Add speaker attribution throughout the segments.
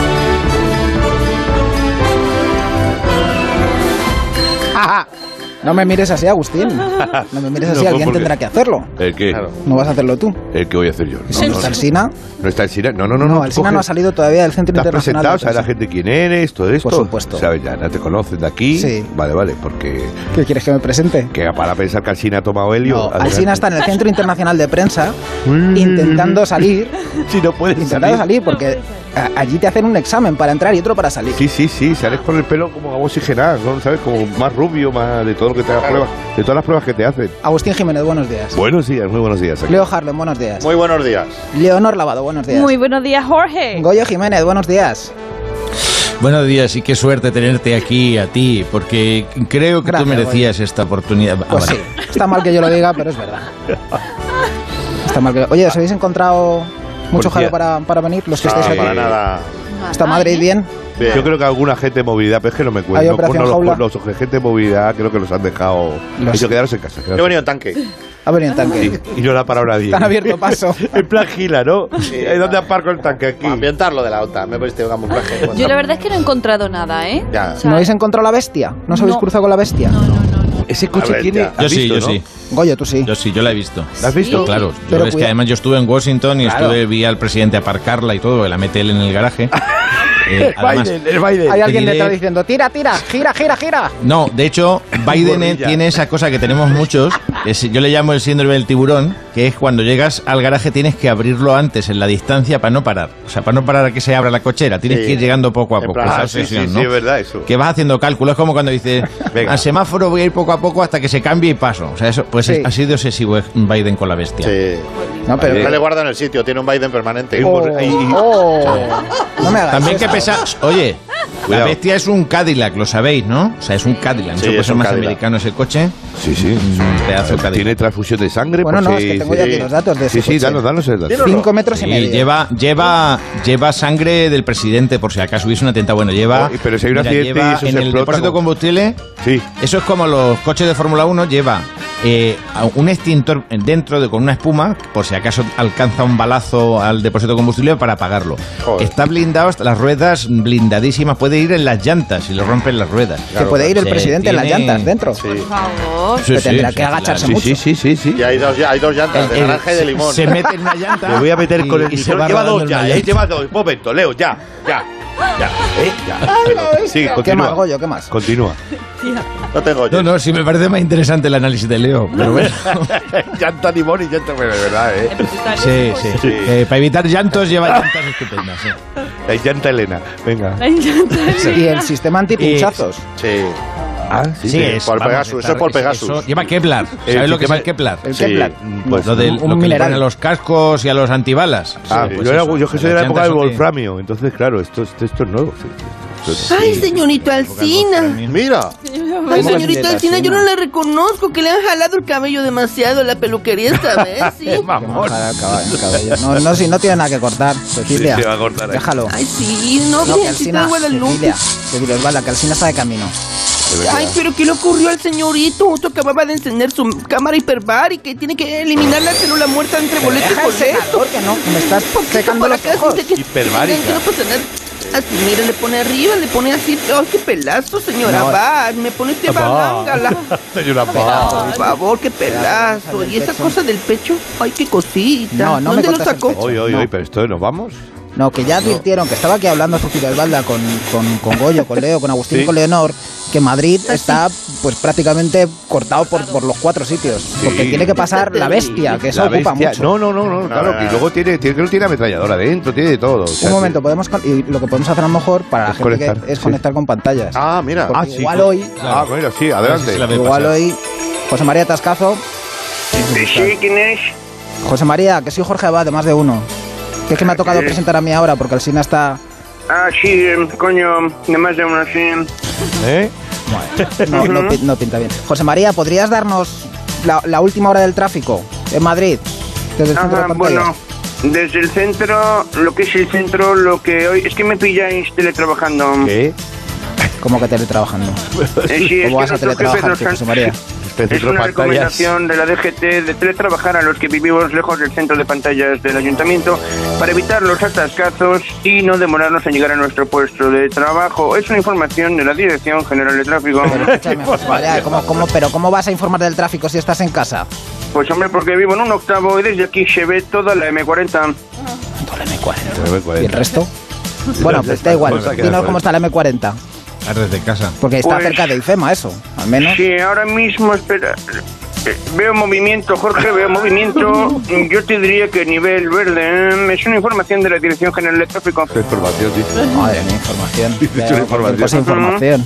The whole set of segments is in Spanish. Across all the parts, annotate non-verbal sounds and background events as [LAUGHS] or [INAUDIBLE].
Speaker 1: [LAUGHS] No me mires así, Agustín. No me mires
Speaker 2: [LAUGHS]
Speaker 1: así,
Speaker 2: No,
Speaker 1: alguien
Speaker 2: porque-
Speaker 1: tendrá que hacerlo.
Speaker 2: ¿El qué?
Speaker 3: Claro.
Speaker 1: No vas a hacerlo tú.
Speaker 2: ¿El qué voy a hacer yo? No,
Speaker 1: Si no
Speaker 2: no,
Speaker 1: está
Speaker 2: no.
Speaker 1: Alsina.
Speaker 2: ¿No está el Sina? No, no, no.
Speaker 1: No,
Speaker 2: no
Speaker 1: Alsina
Speaker 2: coge-
Speaker 1: no ha salido todavía del Centro
Speaker 2: ¿Te has
Speaker 1: Internacional.
Speaker 2: presentado?
Speaker 1: de
Speaker 2: ¿Sabe la
Speaker 1: Prensa.
Speaker 2: gente quién eres? Todo esto.
Speaker 1: supuesto.
Speaker 2: ¿Sabes ya? ¿No te conocen de aquí?
Speaker 1: Sí.
Speaker 2: Vale, vale, porque.
Speaker 1: ¿Qué quieres que me presente?
Speaker 2: Que para pensar que Alsina ha tomado helio.
Speaker 1: No,
Speaker 2: adelante.
Speaker 1: Alsina está en el Centro Internacional de Prensa
Speaker 2: Mm.
Speaker 1: intentando salir.
Speaker 2: [LAUGHS] Si no puedes
Speaker 1: Intentando
Speaker 2: salir.
Speaker 1: salir porque a- allí te hacen un examen para entrar y otro para salir.
Speaker 2: Sí, sí, sí, sales con el pelo como agua oxigenada, ¿no? ¿sabes? Como más rubio, más de todo lo que te hagas pruebas, de todas las pruebas que te hacen.
Speaker 1: Agustín Jiménez, buenos días.
Speaker 2: Buenos días, muy buenos días.
Speaker 1: Leo Harlem, buenos días.
Speaker 4: Muy buenos días.
Speaker 1: Leonor Lavado, buenos días.
Speaker 5: Muy buenos días, Jorge.
Speaker 1: Goyo Jiménez, buenos días.
Speaker 6: Buenos días y qué suerte tenerte aquí a ti, porque creo que
Speaker 1: Gracias,
Speaker 6: tú merecías esta oportunidad. Ah,
Speaker 1: Pues sí,
Speaker 6: vale.
Speaker 1: está mal que yo lo diga, pero es verdad. Está mal que lo... Oye, ¿os habéis encontrado mucho
Speaker 2: Policía.
Speaker 1: jaleo para, para venir? Los que estáis
Speaker 4: Ah,
Speaker 1: aquí.
Speaker 4: para nada.
Speaker 1: ¿Está Madrid bien?
Speaker 4: Bien.
Speaker 2: Yo creo que alguna gente de movilidad, pero es que no me
Speaker 1: Hay
Speaker 2: cuento.
Speaker 1: operación jaula.
Speaker 2: los, los, gente de movilidad creo que los han dejado.
Speaker 1: Los-
Speaker 2: Los... Dicho, quedaros en casa.
Speaker 4: Yo he
Speaker 2: quedaros en
Speaker 4: venido en tanque.
Speaker 1: Ha venido el tanque.
Speaker 2: casa. Y no la palabra a diez.
Speaker 1: Están abierto paso.
Speaker 2: [LAUGHS] En plan gila, ¿no?
Speaker 4: Sí.
Speaker 2: ¿Eh, ¿Dónde aparco el tanque aquí?
Speaker 4: Para ambientar lo de la OTAN. Me he puesto un camuflaje.
Speaker 5: Yo la verdad es que no he encontrado nada, ¿eh?
Speaker 4: Ya.
Speaker 5: O sea,
Speaker 1: ¿No habéis encontrado la bestia? ¿No os habéis
Speaker 5: No.
Speaker 1: cruzado con la bestia?
Speaker 2: Eh, Ese
Speaker 4: A
Speaker 2: coche
Speaker 4: ver,
Speaker 2: tiene.
Speaker 4: ya.
Speaker 2: ¿has
Speaker 6: Yo sí,
Speaker 2: visto,
Speaker 6: yo
Speaker 2: no?
Speaker 6: sí,
Speaker 1: Goyo, tú sí.
Speaker 6: yo sí, yo la he visto.
Speaker 2: ¿La has visto?
Speaker 5: Sí.
Speaker 6: Claro, yo
Speaker 1: Pero
Speaker 6: ves que
Speaker 1: cuida-
Speaker 6: además yo estuve en Washington y
Speaker 2: Claro.
Speaker 6: estuve, vi al presidente aparcarla y todo, la mete él en el
Speaker 2: [LAUGHS]
Speaker 6: garaje. Eh, además-
Speaker 2: Biden, el Biden.
Speaker 1: Hay alguien
Speaker 6: diré-
Speaker 1: detrás diciendo, tira, tira, gira, gira, gira.
Speaker 6: no,
Speaker 2: [LAUGHS]
Speaker 6: de hecho, Biden eh,
Speaker 2: Gorrilla.
Speaker 6: tiene esa cosa que tenemos muchos, que si- yo le llamo el síndrome del tiburón, que es cuando llegas al garaje tienes que abrirlo antes, en la distancia, para no parar. O sea, para no parar a que se abra la cochera, tienes
Speaker 4: Sí.
Speaker 6: que ir llegando poco a
Speaker 4: En
Speaker 6: poco.
Speaker 4: plan,
Speaker 6: esa
Speaker 2: Ah, sí, sí,
Speaker 6: obsesión,
Speaker 2: sí,
Speaker 6: ¿no?
Speaker 2: es verdad eso.
Speaker 6: que vas haciendo cálculos, es como cuando dices,
Speaker 2: [LAUGHS] Venga.
Speaker 6: al semáforo voy a ir poco a poco hasta que se cambie y paso. O sea, eso, pues
Speaker 1: Sí.
Speaker 6: es- ha sido obsesivo eh, Biden con la bestia.
Speaker 4: Sí.
Speaker 1: No, pero...
Speaker 4: No le guardan el sitio. Tiene un Biden permanente.
Speaker 1: Oh, oh. No me hagas
Speaker 6: También que
Speaker 1: esto.
Speaker 6: pesa... Oye,
Speaker 2: Cuidado.
Speaker 6: la bestia es un Cadillac, lo sabéis, ¿no? O sea, es un Cadillac.
Speaker 4: Sí,
Speaker 6: Mucho
Speaker 4: es un
Speaker 6: más
Speaker 4: Cadillac.
Speaker 6: americano ese coche.
Speaker 2: Sí, sí.
Speaker 6: Un pedazo de Cadillac.
Speaker 2: Tiene transfusión de sangre.
Speaker 1: Bueno,
Speaker 2: por
Speaker 1: no, es
Speaker 2: si-
Speaker 1: que tengo ya aquí los datos de
Speaker 2: Sí,
Speaker 1: ese
Speaker 2: sí,
Speaker 1: coche.
Speaker 2: danos, danos el dato.
Speaker 1: Cinco metros
Speaker 6: Sí,
Speaker 1: y medio.
Speaker 6: lleva, lleva, lleva sangre del presidente, por si acaso hubiese un atentado. Bueno, lleva...
Speaker 2: Oh, y- pero si hay un accidente y
Speaker 6: lleva
Speaker 2: eso
Speaker 6: en
Speaker 2: se
Speaker 6: el
Speaker 2: explota
Speaker 6: depósito de
Speaker 2: como-
Speaker 6: combustible...
Speaker 2: Sí.
Speaker 6: Eso es como los coches de Fórmula 1 lleva eh, a un extintor dentro de con una espuma, por si acaso alcanza un balazo al depósito de combustible para apagarlo.
Speaker 4: Joder.
Speaker 6: Está blindado, hasta las ruedas blindadísimas, puede ir en las llantas si le rompen las ruedas.
Speaker 1: Que puede ir el
Speaker 6: Sí,
Speaker 1: presidente en las
Speaker 6: tiene-
Speaker 1: llantas dentro.
Speaker 4: Sí.
Speaker 5: Por favor.
Speaker 6: Sí,
Speaker 1: Pero
Speaker 6: sí,
Speaker 1: tendrá
Speaker 6: sí,
Speaker 1: que
Speaker 6: sí,
Speaker 1: agacharse
Speaker 6: la-
Speaker 1: mucho.
Speaker 2: Sí, sí, sí, sí.
Speaker 4: Y hay dos, hay dos llantas, de
Speaker 6: el-
Speaker 4: naranja y de limón.
Speaker 6: Se mete en una llanta.
Speaker 2: Me voy a meter con el
Speaker 6: y se
Speaker 2: visor.
Speaker 6: va
Speaker 2: Lleva
Speaker 6: rodando
Speaker 2: dos
Speaker 6: en
Speaker 2: ya,
Speaker 6: una
Speaker 2: eh,
Speaker 6: llanta.
Speaker 2: lleva dos. Un momento, Leo, ya, ya, ya, eh, ya. Perdón. Sí,
Speaker 1: ¿Qué más,
Speaker 2: continúa.
Speaker 1: Goyo? ¿Qué más?
Speaker 2: Continúa.
Speaker 4: No tengo yo.
Speaker 6: No, no, sí me parece más interesante el análisis de Leo,
Speaker 2: [LAUGHS]
Speaker 1: [LAUGHS]
Speaker 6: pero bueno.
Speaker 2: Llanta limón y llanta, bueno, de verdad, eh.
Speaker 6: Sí, sí.
Speaker 2: Sí.
Speaker 6: Eh, para evitar llantos lleva llantas estupendas. sí.
Speaker 2: La llanta Elena, venga. [LAUGHS]
Speaker 1: Y el sistema antipinchazos.
Speaker 4: Sí.
Speaker 2: Ah,
Speaker 6: Sí, es,
Speaker 4: por
Speaker 6: vamos,
Speaker 4: Pegasus, eso es
Speaker 6: claro,
Speaker 4: por Pegasus.
Speaker 6: lleva Kevlar.
Speaker 2: Eh,
Speaker 6: ¿Sabes lo que mm, es
Speaker 2: lleva-
Speaker 6: el Kevlar?
Speaker 1: El
Speaker 4: Sí.
Speaker 1: Kevlar.
Speaker 2: Pues
Speaker 6: lo, de,
Speaker 1: un
Speaker 6: lo que le
Speaker 1: mineral.
Speaker 6: ponen a los cascos y a los antibalas.
Speaker 2: Ah,
Speaker 6: Sí,
Speaker 2: yo,
Speaker 6: pues
Speaker 2: era-
Speaker 6: eso,
Speaker 2: yo que soy de la
Speaker 6: las
Speaker 2: época del
Speaker 6: llantas son de-
Speaker 2: Wolframio, entonces claro, esto, esto, esto es nuevo. sí, esto- esto-
Speaker 7: Ay, señorito Alcina.
Speaker 4: Mira.
Speaker 7: Ay,
Speaker 1: ¿Cómo
Speaker 7: señorito
Speaker 1: que
Speaker 7: Alcina,
Speaker 1: Alsina?
Speaker 7: yo no la reconozco, que le han jalado el cabello demasiado a la peluquería
Speaker 1: [LAUGHS]
Speaker 7: esta vez, ¿sí?
Speaker 2: Vamos.
Speaker 1: Ojalá acaba en cabello. No, no, si no tiene nada que cortar, Cecilia.
Speaker 2: Sí, se va a cortar ahí.
Speaker 1: Déjalo.
Speaker 7: Ay, sí, no,
Speaker 1: No, que
Speaker 7: bien, si
Speaker 1: Alcina,
Speaker 7: traigo a la
Speaker 1: Cecilia, Cecilia, es verdad, que Alcina está de camino.
Speaker 7: Ay, pero ¿qué le ocurrió al señorito? Justo acababa de encender su cámara hiperbárica y tiene que eliminar la célula muerta entre boletos y
Speaker 1: Deja el
Speaker 7: boletos.
Speaker 1: secador, que no, que me estás secando
Speaker 7: Para
Speaker 1: los
Speaker 7: acá,
Speaker 1: ojos.
Speaker 7: usted que-
Speaker 2: Hiperbárica.
Speaker 7: Que no pasa nada. Así, mire, le pone arriba, le pone así. Ay, qué pelazo, señora.
Speaker 1: No.
Speaker 7: Va, me pone este usted
Speaker 2: [LAUGHS]
Speaker 7: balángala.
Speaker 2: Señora Paz.
Speaker 7: Por favor, qué pedazo. ¿Y esa cosa del pecho? Ay, qué cosita.
Speaker 1: No, no me
Speaker 7: ¿Dónde lo
Speaker 1: cortes el
Speaker 7: sacó?
Speaker 1: pecho.
Speaker 2: Hoy, hoy,
Speaker 1: No.
Speaker 2: hoy, pero esto nos vamos.
Speaker 1: No, que ya advirtieron que estaba aquí hablando Cecilia Esbalda con, con, con Goyo, con Leo, con Agustín, y con Leonor, que Madrid está pues prácticamente cortado por, por los cuatro sitios. Porque tiene que pasar la bestia, que eso
Speaker 2: La
Speaker 1: ocupa
Speaker 2: bestia-
Speaker 1: mucho.
Speaker 2: No, no, no, no, claro,
Speaker 6: Ah.
Speaker 4: no,
Speaker 2: que
Speaker 4: no.
Speaker 2: luego tiene, tiene, creo que tiene ametralladora dentro, tiene de todo. o sea,
Speaker 1: Un
Speaker 2: que-
Speaker 1: momento, podemos con- y lo que podemos hacer a lo mejor para la
Speaker 2: Es
Speaker 1: gente que-
Speaker 2: conectar,
Speaker 1: es
Speaker 2: sí.
Speaker 1: conectar con pantallas.
Speaker 4: Ah, mira.
Speaker 1: Porque
Speaker 2: Ah, sí,
Speaker 1: igual
Speaker 2: con-
Speaker 1: hoy,
Speaker 2: Ah, bueno, sí, adelante.
Speaker 6: Sí, la ve
Speaker 1: igual
Speaker 6: pasar.
Speaker 1: hoy, José María Tascazo.
Speaker 8: Sí, ¿quién es?
Speaker 1: José María, que soy Jorge Abad, de más de uno. Que es que me ha tocado presentar a mí ahora porque Alcina está.
Speaker 8: Ah, sí, em, coño, nada más de una sí.
Speaker 2: ¿Eh?
Speaker 8: [LAUGHS]
Speaker 1: No, no pi- no pinta bien. José María, ¿podrías darnos la, la última hora del tráfico en Madrid? Desde el centro de
Speaker 8: Ajá,
Speaker 1: pantallas.
Speaker 8: Ah, bueno, desde el centro, lo que es el centro, lo que hoy... Es que me pilláis teletrabajando.
Speaker 2: ¿Qué?
Speaker 1: Como que teletrabajando.
Speaker 8: Eh, sí, es
Speaker 1: ¿Cómo
Speaker 8: que
Speaker 1: vas a
Speaker 8: nuestros jefes
Speaker 1: teletrabajar,
Speaker 8: nos
Speaker 1: tú,
Speaker 8: han-
Speaker 1: José María?
Speaker 2: El
Speaker 8: Es
Speaker 2: centro
Speaker 8: una
Speaker 2: pantallas.
Speaker 8: recomendación de la DGT de teletrabajar a los que vivimos lejos del centro de pantallas del ayuntamiento para evitar los atascazos y no demorarnos en llegar a nuestro puesto de trabajo. Es una información de la Dirección General de Tráfico.
Speaker 1: Escúchame, José María, ¿cómo- cómo- pero ¿cómo vas a informar del tráfico si estás en casa?
Speaker 8: [LAUGHS] Pues hombre, porque vivo en un octavo y desde aquí se ve toda la M40.
Speaker 1: ¿Y el resto? Bueno, pues da igual.
Speaker 2: Vamos a quedar
Speaker 1: Dinos
Speaker 2: por
Speaker 1: cómo
Speaker 2: ahí.
Speaker 1: está la M40.
Speaker 6: Ah, desde casa.
Speaker 1: Porque está
Speaker 8: Pues-
Speaker 1: cerca de IFEMA, eso, al menos.
Speaker 8: Sí, ahora mismo, espera. Eh, Veo movimiento, Jorge,
Speaker 2: [LAUGHS]
Speaker 8: veo movimiento. Yo te diría que nivel verde. ¿eh? Es una información de la Dirección General de Tráfico.
Speaker 2: Esta información, sí.
Speaker 1: Madre mía, información. Eh,
Speaker 2: Dice
Speaker 1: Veo
Speaker 2: una
Speaker 1: cualquier
Speaker 2: información.
Speaker 1: cosa, información.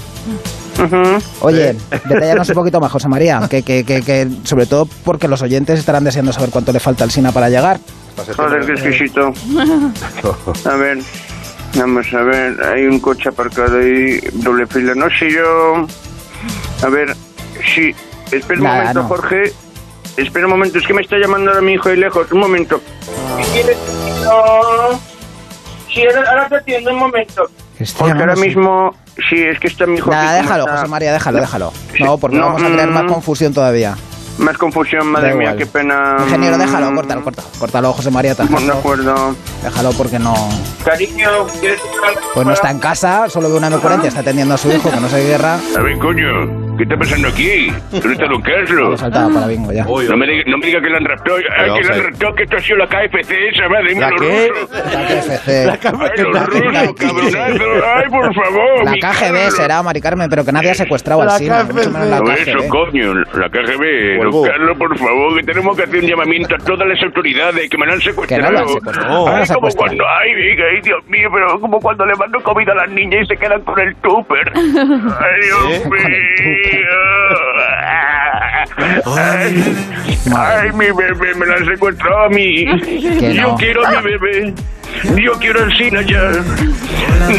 Speaker 8: Ujú.
Speaker 1: Oye, detallanos
Speaker 2: [LAUGHS]
Speaker 1: un poquito más, José María, que, que, que, que sobre todo porque los oyentes estarán deseando saber cuánto le falta al SINA para llegar.
Speaker 8: Joder,
Speaker 2: [LAUGHS]
Speaker 8: qué exquisito. A ver, vamos a ver, hay un coche aparcado ahí, doble fila. No sé yo. A ver, sí, espera un
Speaker 1: Nada,
Speaker 8: momento,
Speaker 1: no.
Speaker 8: Jorge. Espera un momento, es que me está llamando ahora mi hijo de lejos. Un momento. Si quieres.
Speaker 1: Ah.
Speaker 8: No. Sí, ahora, ahora te atiendo un momento.
Speaker 1: Este,
Speaker 8: Porque ahora
Speaker 1: vamos,
Speaker 8: mismo, sí, es que está mi hijo.
Speaker 1: Nada,
Speaker 8: aquí, como
Speaker 1: déjalo,
Speaker 8: está-
Speaker 1: José María, déjalo, déjalo.
Speaker 8: Sí,
Speaker 1: No, porque
Speaker 8: no,
Speaker 1: vamos a crear más
Speaker 8: mm.
Speaker 1: confusión todavía.
Speaker 8: Más confusión,
Speaker 1: Da
Speaker 8: madre mía,
Speaker 1: igual.
Speaker 8: qué pena. mm,
Speaker 1: Ingeniero, déjalo, córtalo, córtalo. Córtalo, José María,
Speaker 8: Bueno, Ah, de
Speaker 1: tájalo.
Speaker 8: acuerdo.
Speaker 1: Déjalo porque no.
Speaker 8: Cariño, ¿quieres que-
Speaker 1: Pues no está en casa, solo ve una M40, está atendiendo a su hijo, que no se guerra.
Speaker 8: A ver, coño, ¿qué está pasando aquí? ¿Dónde está Don
Speaker 1: Lo
Speaker 8: Carlos?
Speaker 1: saltaba para bingo ya.
Speaker 8: No me, diga, no me diga que lo han raptado. Ay,
Speaker 2: Pero,
Speaker 8: que lo han
Speaker 2: o sea,
Speaker 8: raptado, que esto ha sido la KFC esa, madre mía,
Speaker 2: ¿La
Speaker 8: los
Speaker 2: qué?
Speaker 8: rusos.
Speaker 1: La KFC.
Speaker 8: Ay, los rusos, cabronazo. Ay, por favor.
Speaker 1: La
Speaker 8: mi
Speaker 1: KGB
Speaker 8: Carlos.
Speaker 1: será, Mari Carmen, pero que nadie ha secuestrado al SINA, mucho menos la
Speaker 8: No, eso,
Speaker 1: KGB.
Speaker 8: coño, la KGB.
Speaker 4: Vuelvo.
Speaker 8: Don Carlos, por favor, que tenemos que hacer un llamamiento a todas las autoridades que me lo han secuestrado.
Speaker 1: Que no lo han secuestrado, no lo
Speaker 8: Ay,
Speaker 1: han
Speaker 8: como
Speaker 1: secuestrado.
Speaker 8: cuando, ay, diga, ay, Dios mío, pero como cuando le mando comida a las niñas y se quedan con el tupper. Ay, Dios mío. Ay, ay, mi bebé, me lo han secuestrado a mí.
Speaker 1: Que
Speaker 8: Yo
Speaker 1: no.
Speaker 8: quiero a mi bebé. Yo quiero al Sina ya.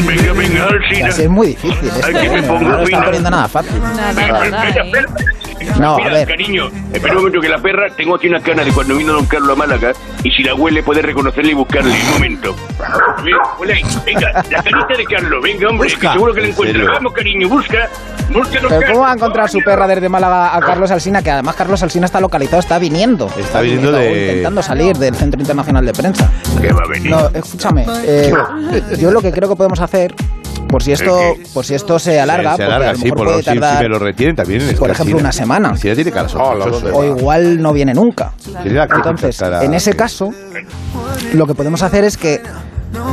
Speaker 8: Venga, venga, al
Speaker 1: Y
Speaker 8: Sina.
Speaker 1: así es muy difícil esto,
Speaker 8: Ay, que me
Speaker 1: ¿eh?
Speaker 8: pongo
Speaker 1: no lo está
Speaker 8: fino.
Speaker 1: poniendo nada fácil.
Speaker 5: Nada,
Speaker 8: Espera,
Speaker 5: nada,
Speaker 8: espera,
Speaker 5: ¿eh?
Speaker 8: espera.
Speaker 1: No,
Speaker 8: Mira,
Speaker 1: a ver.
Speaker 8: cariño, espera un momento que la perra, tengo aquí una cana de cuando vino Don Carlos a Málaga y si la huele puede reconocerle y buscarle. Un momento.
Speaker 1: Ah,
Speaker 8: Mira, huele ahí. Venga, la canita de Carlos, venga, hombre, que
Speaker 6: Busca.
Speaker 8: seguro que la
Speaker 2: ¿En
Speaker 8: encuentra. Ah,
Speaker 2: serio?
Speaker 8: Vamos, cariño, busca. Busca a Don
Speaker 1: Pero ¿cómo va a
Speaker 8: Carlos,
Speaker 1: encontrar su
Speaker 8: coño.
Speaker 1: perra desde Málaga a Carlos Alsina? Que además Carlos Alsina está localizado, está viniendo. Está,
Speaker 2: viniendo de-
Speaker 1: Intentando salir del Centro Internacional de Prensa.
Speaker 8: Que va a venir.
Speaker 1: No, escúchame. eh, yo lo que creo que podemos hacer, por si esto, por si esto se alarga,
Speaker 2: se
Speaker 1: porque a
Speaker 2: alarga,
Speaker 1: lo
Speaker 2: sí,
Speaker 1: mejor
Speaker 2: por
Speaker 1: puede
Speaker 2: lo- si, si
Speaker 1: tardar,
Speaker 2: me lo retienen también. es
Speaker 1: por
Speaker 2: que
Speaker 1: ejemplo,
Speaker 2: Sina-
Speaker 1: una semana.
Speaker 2: Sina tiene cara
Speaker 4: Hola,
Speaker 2: sospechosa.
Speaker 4: ¿dónde
Speaker 1: o igual no viene nunca.
Speaker 2: Tiene la cara-
Speaker 1: Entonces,
Speaker 2: cara-
Speaker 1: en ese caso, lo que podemos hacer es que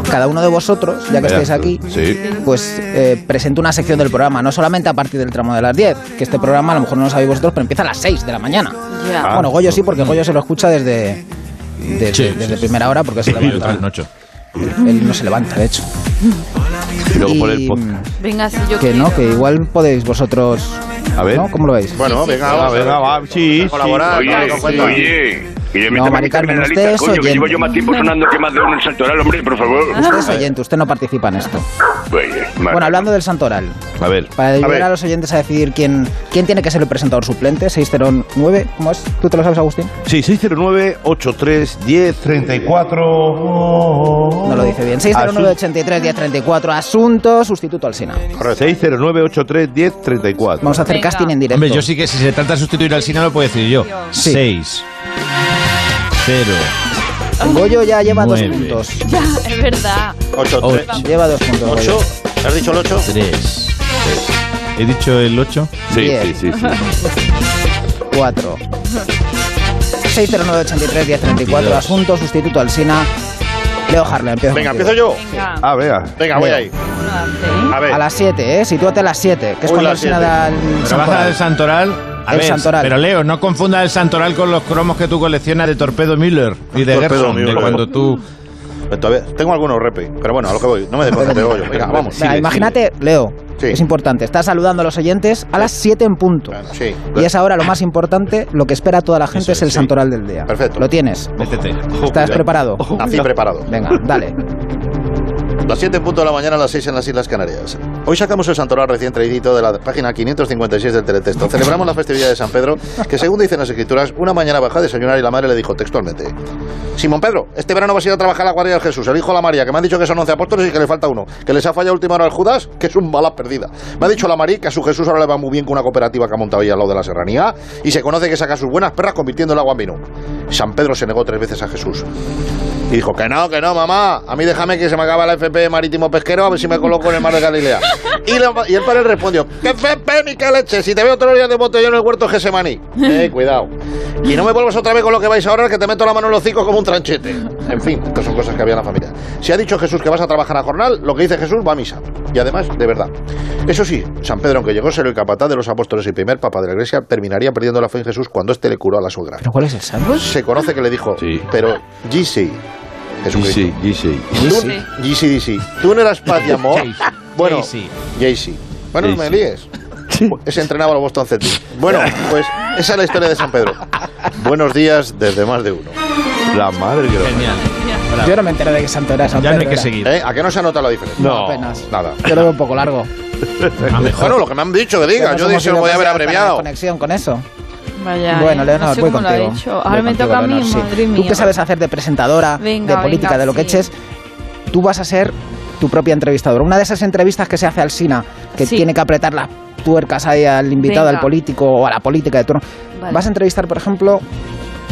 Speaker 1: cada uno de vosotros, ya que
Speaker 2: Verás
Speaker 1: estáis
Speaker 2: tú,
Speaker 1: aquí,
Speaker 2: sí.
Speaker 1: pues eh, presente una sección del programa, no solamente a partir del tramo de las 10, que este programa a lo mejor no lo sabéis vosotros, pero empieza a las 6 de la mañana.
Speaker 5: Ya.
Speaker 2: Ah.
Speaker 1: bueno, Goyo sí, porque Goyo se lo escucha desde, desde,
Speaker 6: Sí,
Speaker 1: desde primera
Speaker 2: [LAUGHS]
Speaker 1: hora, porque se levanta.
Speaker 6: Nocho.
Speaker 1: Él no se levanta, de hecho.
Speaker 2: Y luego
Speaker 1: Y- mm,
Speaker 2: por el podcast.
Speaker 5: Venga, si yo
Speaker 1: Que
Speaker 5: quiero.
Speaker 1: no, que igual podéis vosotros...
Speaker 2: A ver.
Speaker 1: ¿no? ¿Cómo lo veis?
Speaker 4: Bueno, venga,
Speaker 2: Ah,
Speaker 4: vamos. a
Speaker 2: venga,
Speaker 4: ver.
Speaker 2: va, sí,
Speaker 4: Colaborar,
Speaker 2: sí.
Speaker 4: dale,
Speaker 8: Oye,
Speaker 4: no cuenta.
Speaker 8: oye. Que ya me
Speaker 1: No,
Speaker 8: está
Speaker 1: Mari
Speaker 8: metiendo
Speaker 1: Carmen,
Speaker 8: en la
Speaker 1: usted
Speaker 8: lista,
Speaker 1: es
Speaker 8: coño, que llevo
Speaker 1: oyente.
Speaker 8: yo más tiempo sonando que más de uno en Santoral, hombre, por favor.
Speaker 1: Usted es oyente, usted no participa en esto.
Speaker 8: Oye,
Speaker 1: Bueno,
Speaker 8: madre.
Speaker 1: hablando del Santoral,
Speaker 2: A ver.
Speaker 1: Para ayudar
Speaker 4: ver.
Speaker 1: a, los oyentes a decidir quién, quién tiene que ser el presentador suplente, 609, ¿cómo es? ¿Tú te lo sabes, Agustín?
Speaker 2: Sí, 609 83 10 34
Speaker 1: No lo dice bien. 609 83 1034 asunto, sustituto al SINA.
Speaker 2: 609 83 10 34
Speaker 1: Vamos a hacer
Speaker 5: Venga.
Speaker 1: casting en directo.
Speaker 6: Hombre, yo sí que si se trata de sustituir al Sina lo puedo decir yo.
Speaker 1: Sí.
Speaker 6: 6. 0.
Speaker 1: Goyo ya lleva dos
Speaker 6: Nueve.
Speaker 1: puntos.
Speaker 5: [LAUGHS] Ya, es verdad.
Speaker 4: Ocho, tres.
Speaker 6: Ocho.
Speaker 1: Lleva dos puntos.
Speaker 4: ¿Ocho?
Speaker 1: Goyo.
Speaker 4: ¿Has dicho el ocho?
Speaker 6: 3. ¿He dicho el 8?
Speaker 2: Sí,
Speaker 1: Diez.
Speaker 2: sí, sí, sí.
Speaker 1: [LAUGHS] 4. 609 83 1034
Speaker 6: Veintidós.
Speaker 1: asunto, sustituto al SINA. Leo Harlan, empiezo.
Speaker 4: Venga,
Speaker 1: contigo.
Speaker 4: empiezo yo.
Speaker 5: Venga,
Speaker 2: Ah, venga.
Speaker 4: Venga, voy ahí.
Speaker 5: adelante.
Speaker 4: A ver.
Speaker 1: A las 7, ¿eh? Sitúate a las 7, que es
Speaker 4: Uy,
Speaker 1: cuando
Speaker 4: las
Speaker 1: el SINA
Speaker 4: siete.
Speaker 1: da el
Speaker 6: Trabaja del
Speaker 1: Santoral.
Speaker 6: Santoral. A
Speaker 1: El
Speaker 6: ver,
Speaker 1: Santoral.
Speaker 6: pero Leo, no confundas el Santoral con los cromos que tú coleccionas de Torpedo Miller y de
Speaker 4: Torpedo
Speaker 6: Gerson, de
Speaker 4: Müller.
Speaker 6: cuando tú...
Speaker 4: Pero todavía tengo algunos repe, pero bueno, a lo que voy. No me desconcentré, voy yo. Venga, vamos.
Speaker 1: Venga, imagínate, Leo,
Speaker 4: Sí.
Speaker 1: es importante, estás saludando a los oyentes a las 7 en punto.
Speaker 4: Bueno, sí.
Speaker 1: Y es ahora lo más importante, lo que espera toda la gente es el santoral del día.
Speaker 4: Perfecto.
Speaker 1: Lo tienes.
Speaker 6: Métete.
Speaker 1: ¿Estás
Speaker 4: cuidado.
Speaker 1: preparado?
Speaker 4: Así preparado.
Speaker 1: Venga, dale.
Speaker 4: Las 7 en punto de la mañana, las 6 en las Islas Canarias. Hoy sacamos el santoral recién traidito de la página 556 del teletexto. Celebramos la festividad de San Pedro, que según dicen las escrituras, una mañana bajó a desayunar y la madre le dijo textualmente: Simón Pedro, este verano vas a ir a trabajar a la guardia del Jesús, el hijo de la María, que me han dicho que son 11 apóstoles y que le falta uno, que les ha fallado última hora al Judas, que es un bala perdida. Me ha dicho la María que a su Jesús ahora le va muy bien con una cooperativa que ha montado ahí al lado de la serranía y se conoce que saca sus buenas perras convirtiendo el agua en vino. San Pedro se negó tres veces a Jesús. Y dijo, que no, que no, mamá. A mí déjame que se me acaba la FP marítimo pesquero, a ver si me coloco en el mar de Galilea. Y, la- y el padre respondió, que FP ni que leche, si te veo otro día de bote yo en el huerto Gesemaní. Eh, cuidado. Y no me vuelvas otra vez con lo que vais ahora, que te meto la mano en los hocico como un tranchete. En fin, que son cosas que había en la familia. Si ha dicho Jesús que vas a trabajar a jornal, lo que dice Jesús va a misa. Y además, de verdad. Eso sí, San Pedro, aunque llegó a ser el capataz de los apóstoles y primer papa de la iglesia, terminaría perdiendo la fe en Jesús cuando éste le curó a la suegra.
Speaker 1: ¿Pero cuál es el santo?
Speaker 4: Se conoce que le dijo,
Speaker 2: Sí.
Speaker 4: pero Gisi, Jesucristo.
Speaker 2: Sí, sí, sí.
Speaker 4: Tú-
Speaker 5: Sí.
Speaker 4: GCDC. Tú no eras paz y amor. bueno,
Speaker 6: Jay-Z.
Speaker 4: Jay-Z. Bueno, no me líes. Ese entrenaba a los Boston Celtics. Bueno, pues esa es la historia de San Pedro. Buenos días desde más de uno.
Speaker 2: La madre que lo.
Speaker 6: Genial.
Speaker 1: Yo no me enteré de que santo era San
Speaker 6: Ya no hay
Speaker 1: Pedro,
Speaker 6: que
Speaker 1: era.
Speaker 6: seguir.
Speaker 4: ¿Eh? ¿A qué no se ha notado la diferencia?
Speaker 2: No,
Speaker 1: apenas.
Speaker 4: Nada.
Speaker 1: Yo lo veo un poco largo.
Speaker 6: A
Speaker 4: Bueno,
Speaker 6: mejor.
Speaker 4: lo que me han dicho que diga.
Speaker 1: Pero
Speaker 4: Yo
Speaker 1: no
Speaker 4: dije
Speaker 1: somos
Speaker 4: que lo podía haber
Speaker 1: capaces de tener
Speaker 4: abreviado.
Speaker 1: conexión con eso.
Speaker 5: Vaya.
Speaker 1: bueno,
Speaker 5: eh.
Speaker 1: Leonor,
Speaker 5: no sé
Speaker 1: voy
Speaker 5: cómo
Speaker 1: contigo.
Speaker 5: lo ha hecho.
Speaker 1: Voy
Speaker 5: Ahora me
Speaker 1: contigo,
Speaker 5: toca a mí,
Speaker 1: Leonor, sí.
Speaker 5: madre mía.
Speaker 1: Tú que sabes hacer de presentadora,
Speaker 5: Venga,
Speaker 1: de política,
Speaker 5: venga,
Speaker 1: de lo que
Speaker 5: sí.
Speaker 1: eches, tú vas a ser tu propia entrevistadora. Una de esas entrevistas que se hace al Sina, que
Speaker 5: Sí.
Speaker 1: tiene que apretar las tuercas ahí al invitado,
Speaker 5: Venga.
Speaker 1: al político o a la política de turno.
Speaker 5: Vale.
Speaker 1: Vas a entrevistar, por ejemplo,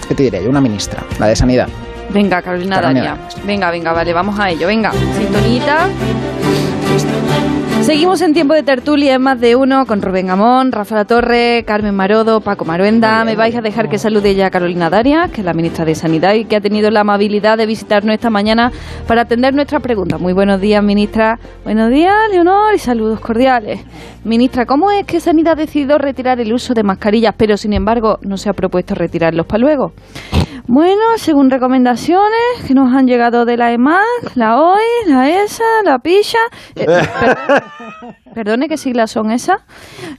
Speaker 1: ¿qué te diré? yo? Una ministra, la de Sanidad.
Speaker 5: Venga, Carolina
Speaker 1: Carolina
Speaker 5: Dania. Venga, venga, vale, vamos a ello. Venga, sintonita. Seguimos en tiempo de tertulia en más de uno con Rubén Gamón, Rafa La Torre, Carmen Marodo, Paco Maruenda. Me vais a dejar que salude ya a Carolina Darias, que es la ministra de Sanidad y que ha tenido la amabilidad de visitarnos esta mañana para atender nuestras preguntas. Muy buenos días, ministra. Buenos días, Leonor, y saludos cordiales. Ministra, ¿cómo es que Sanidad ha decidido retirar el uso de mascarillas, pero sin embargo no se ha propuesto retirarlos para luego? Bueno, según recomendaciones que nos han llegado de la EMAD, la OI, la ESA, la PISA. eh, per- perdone, ¿qué siglas son esas?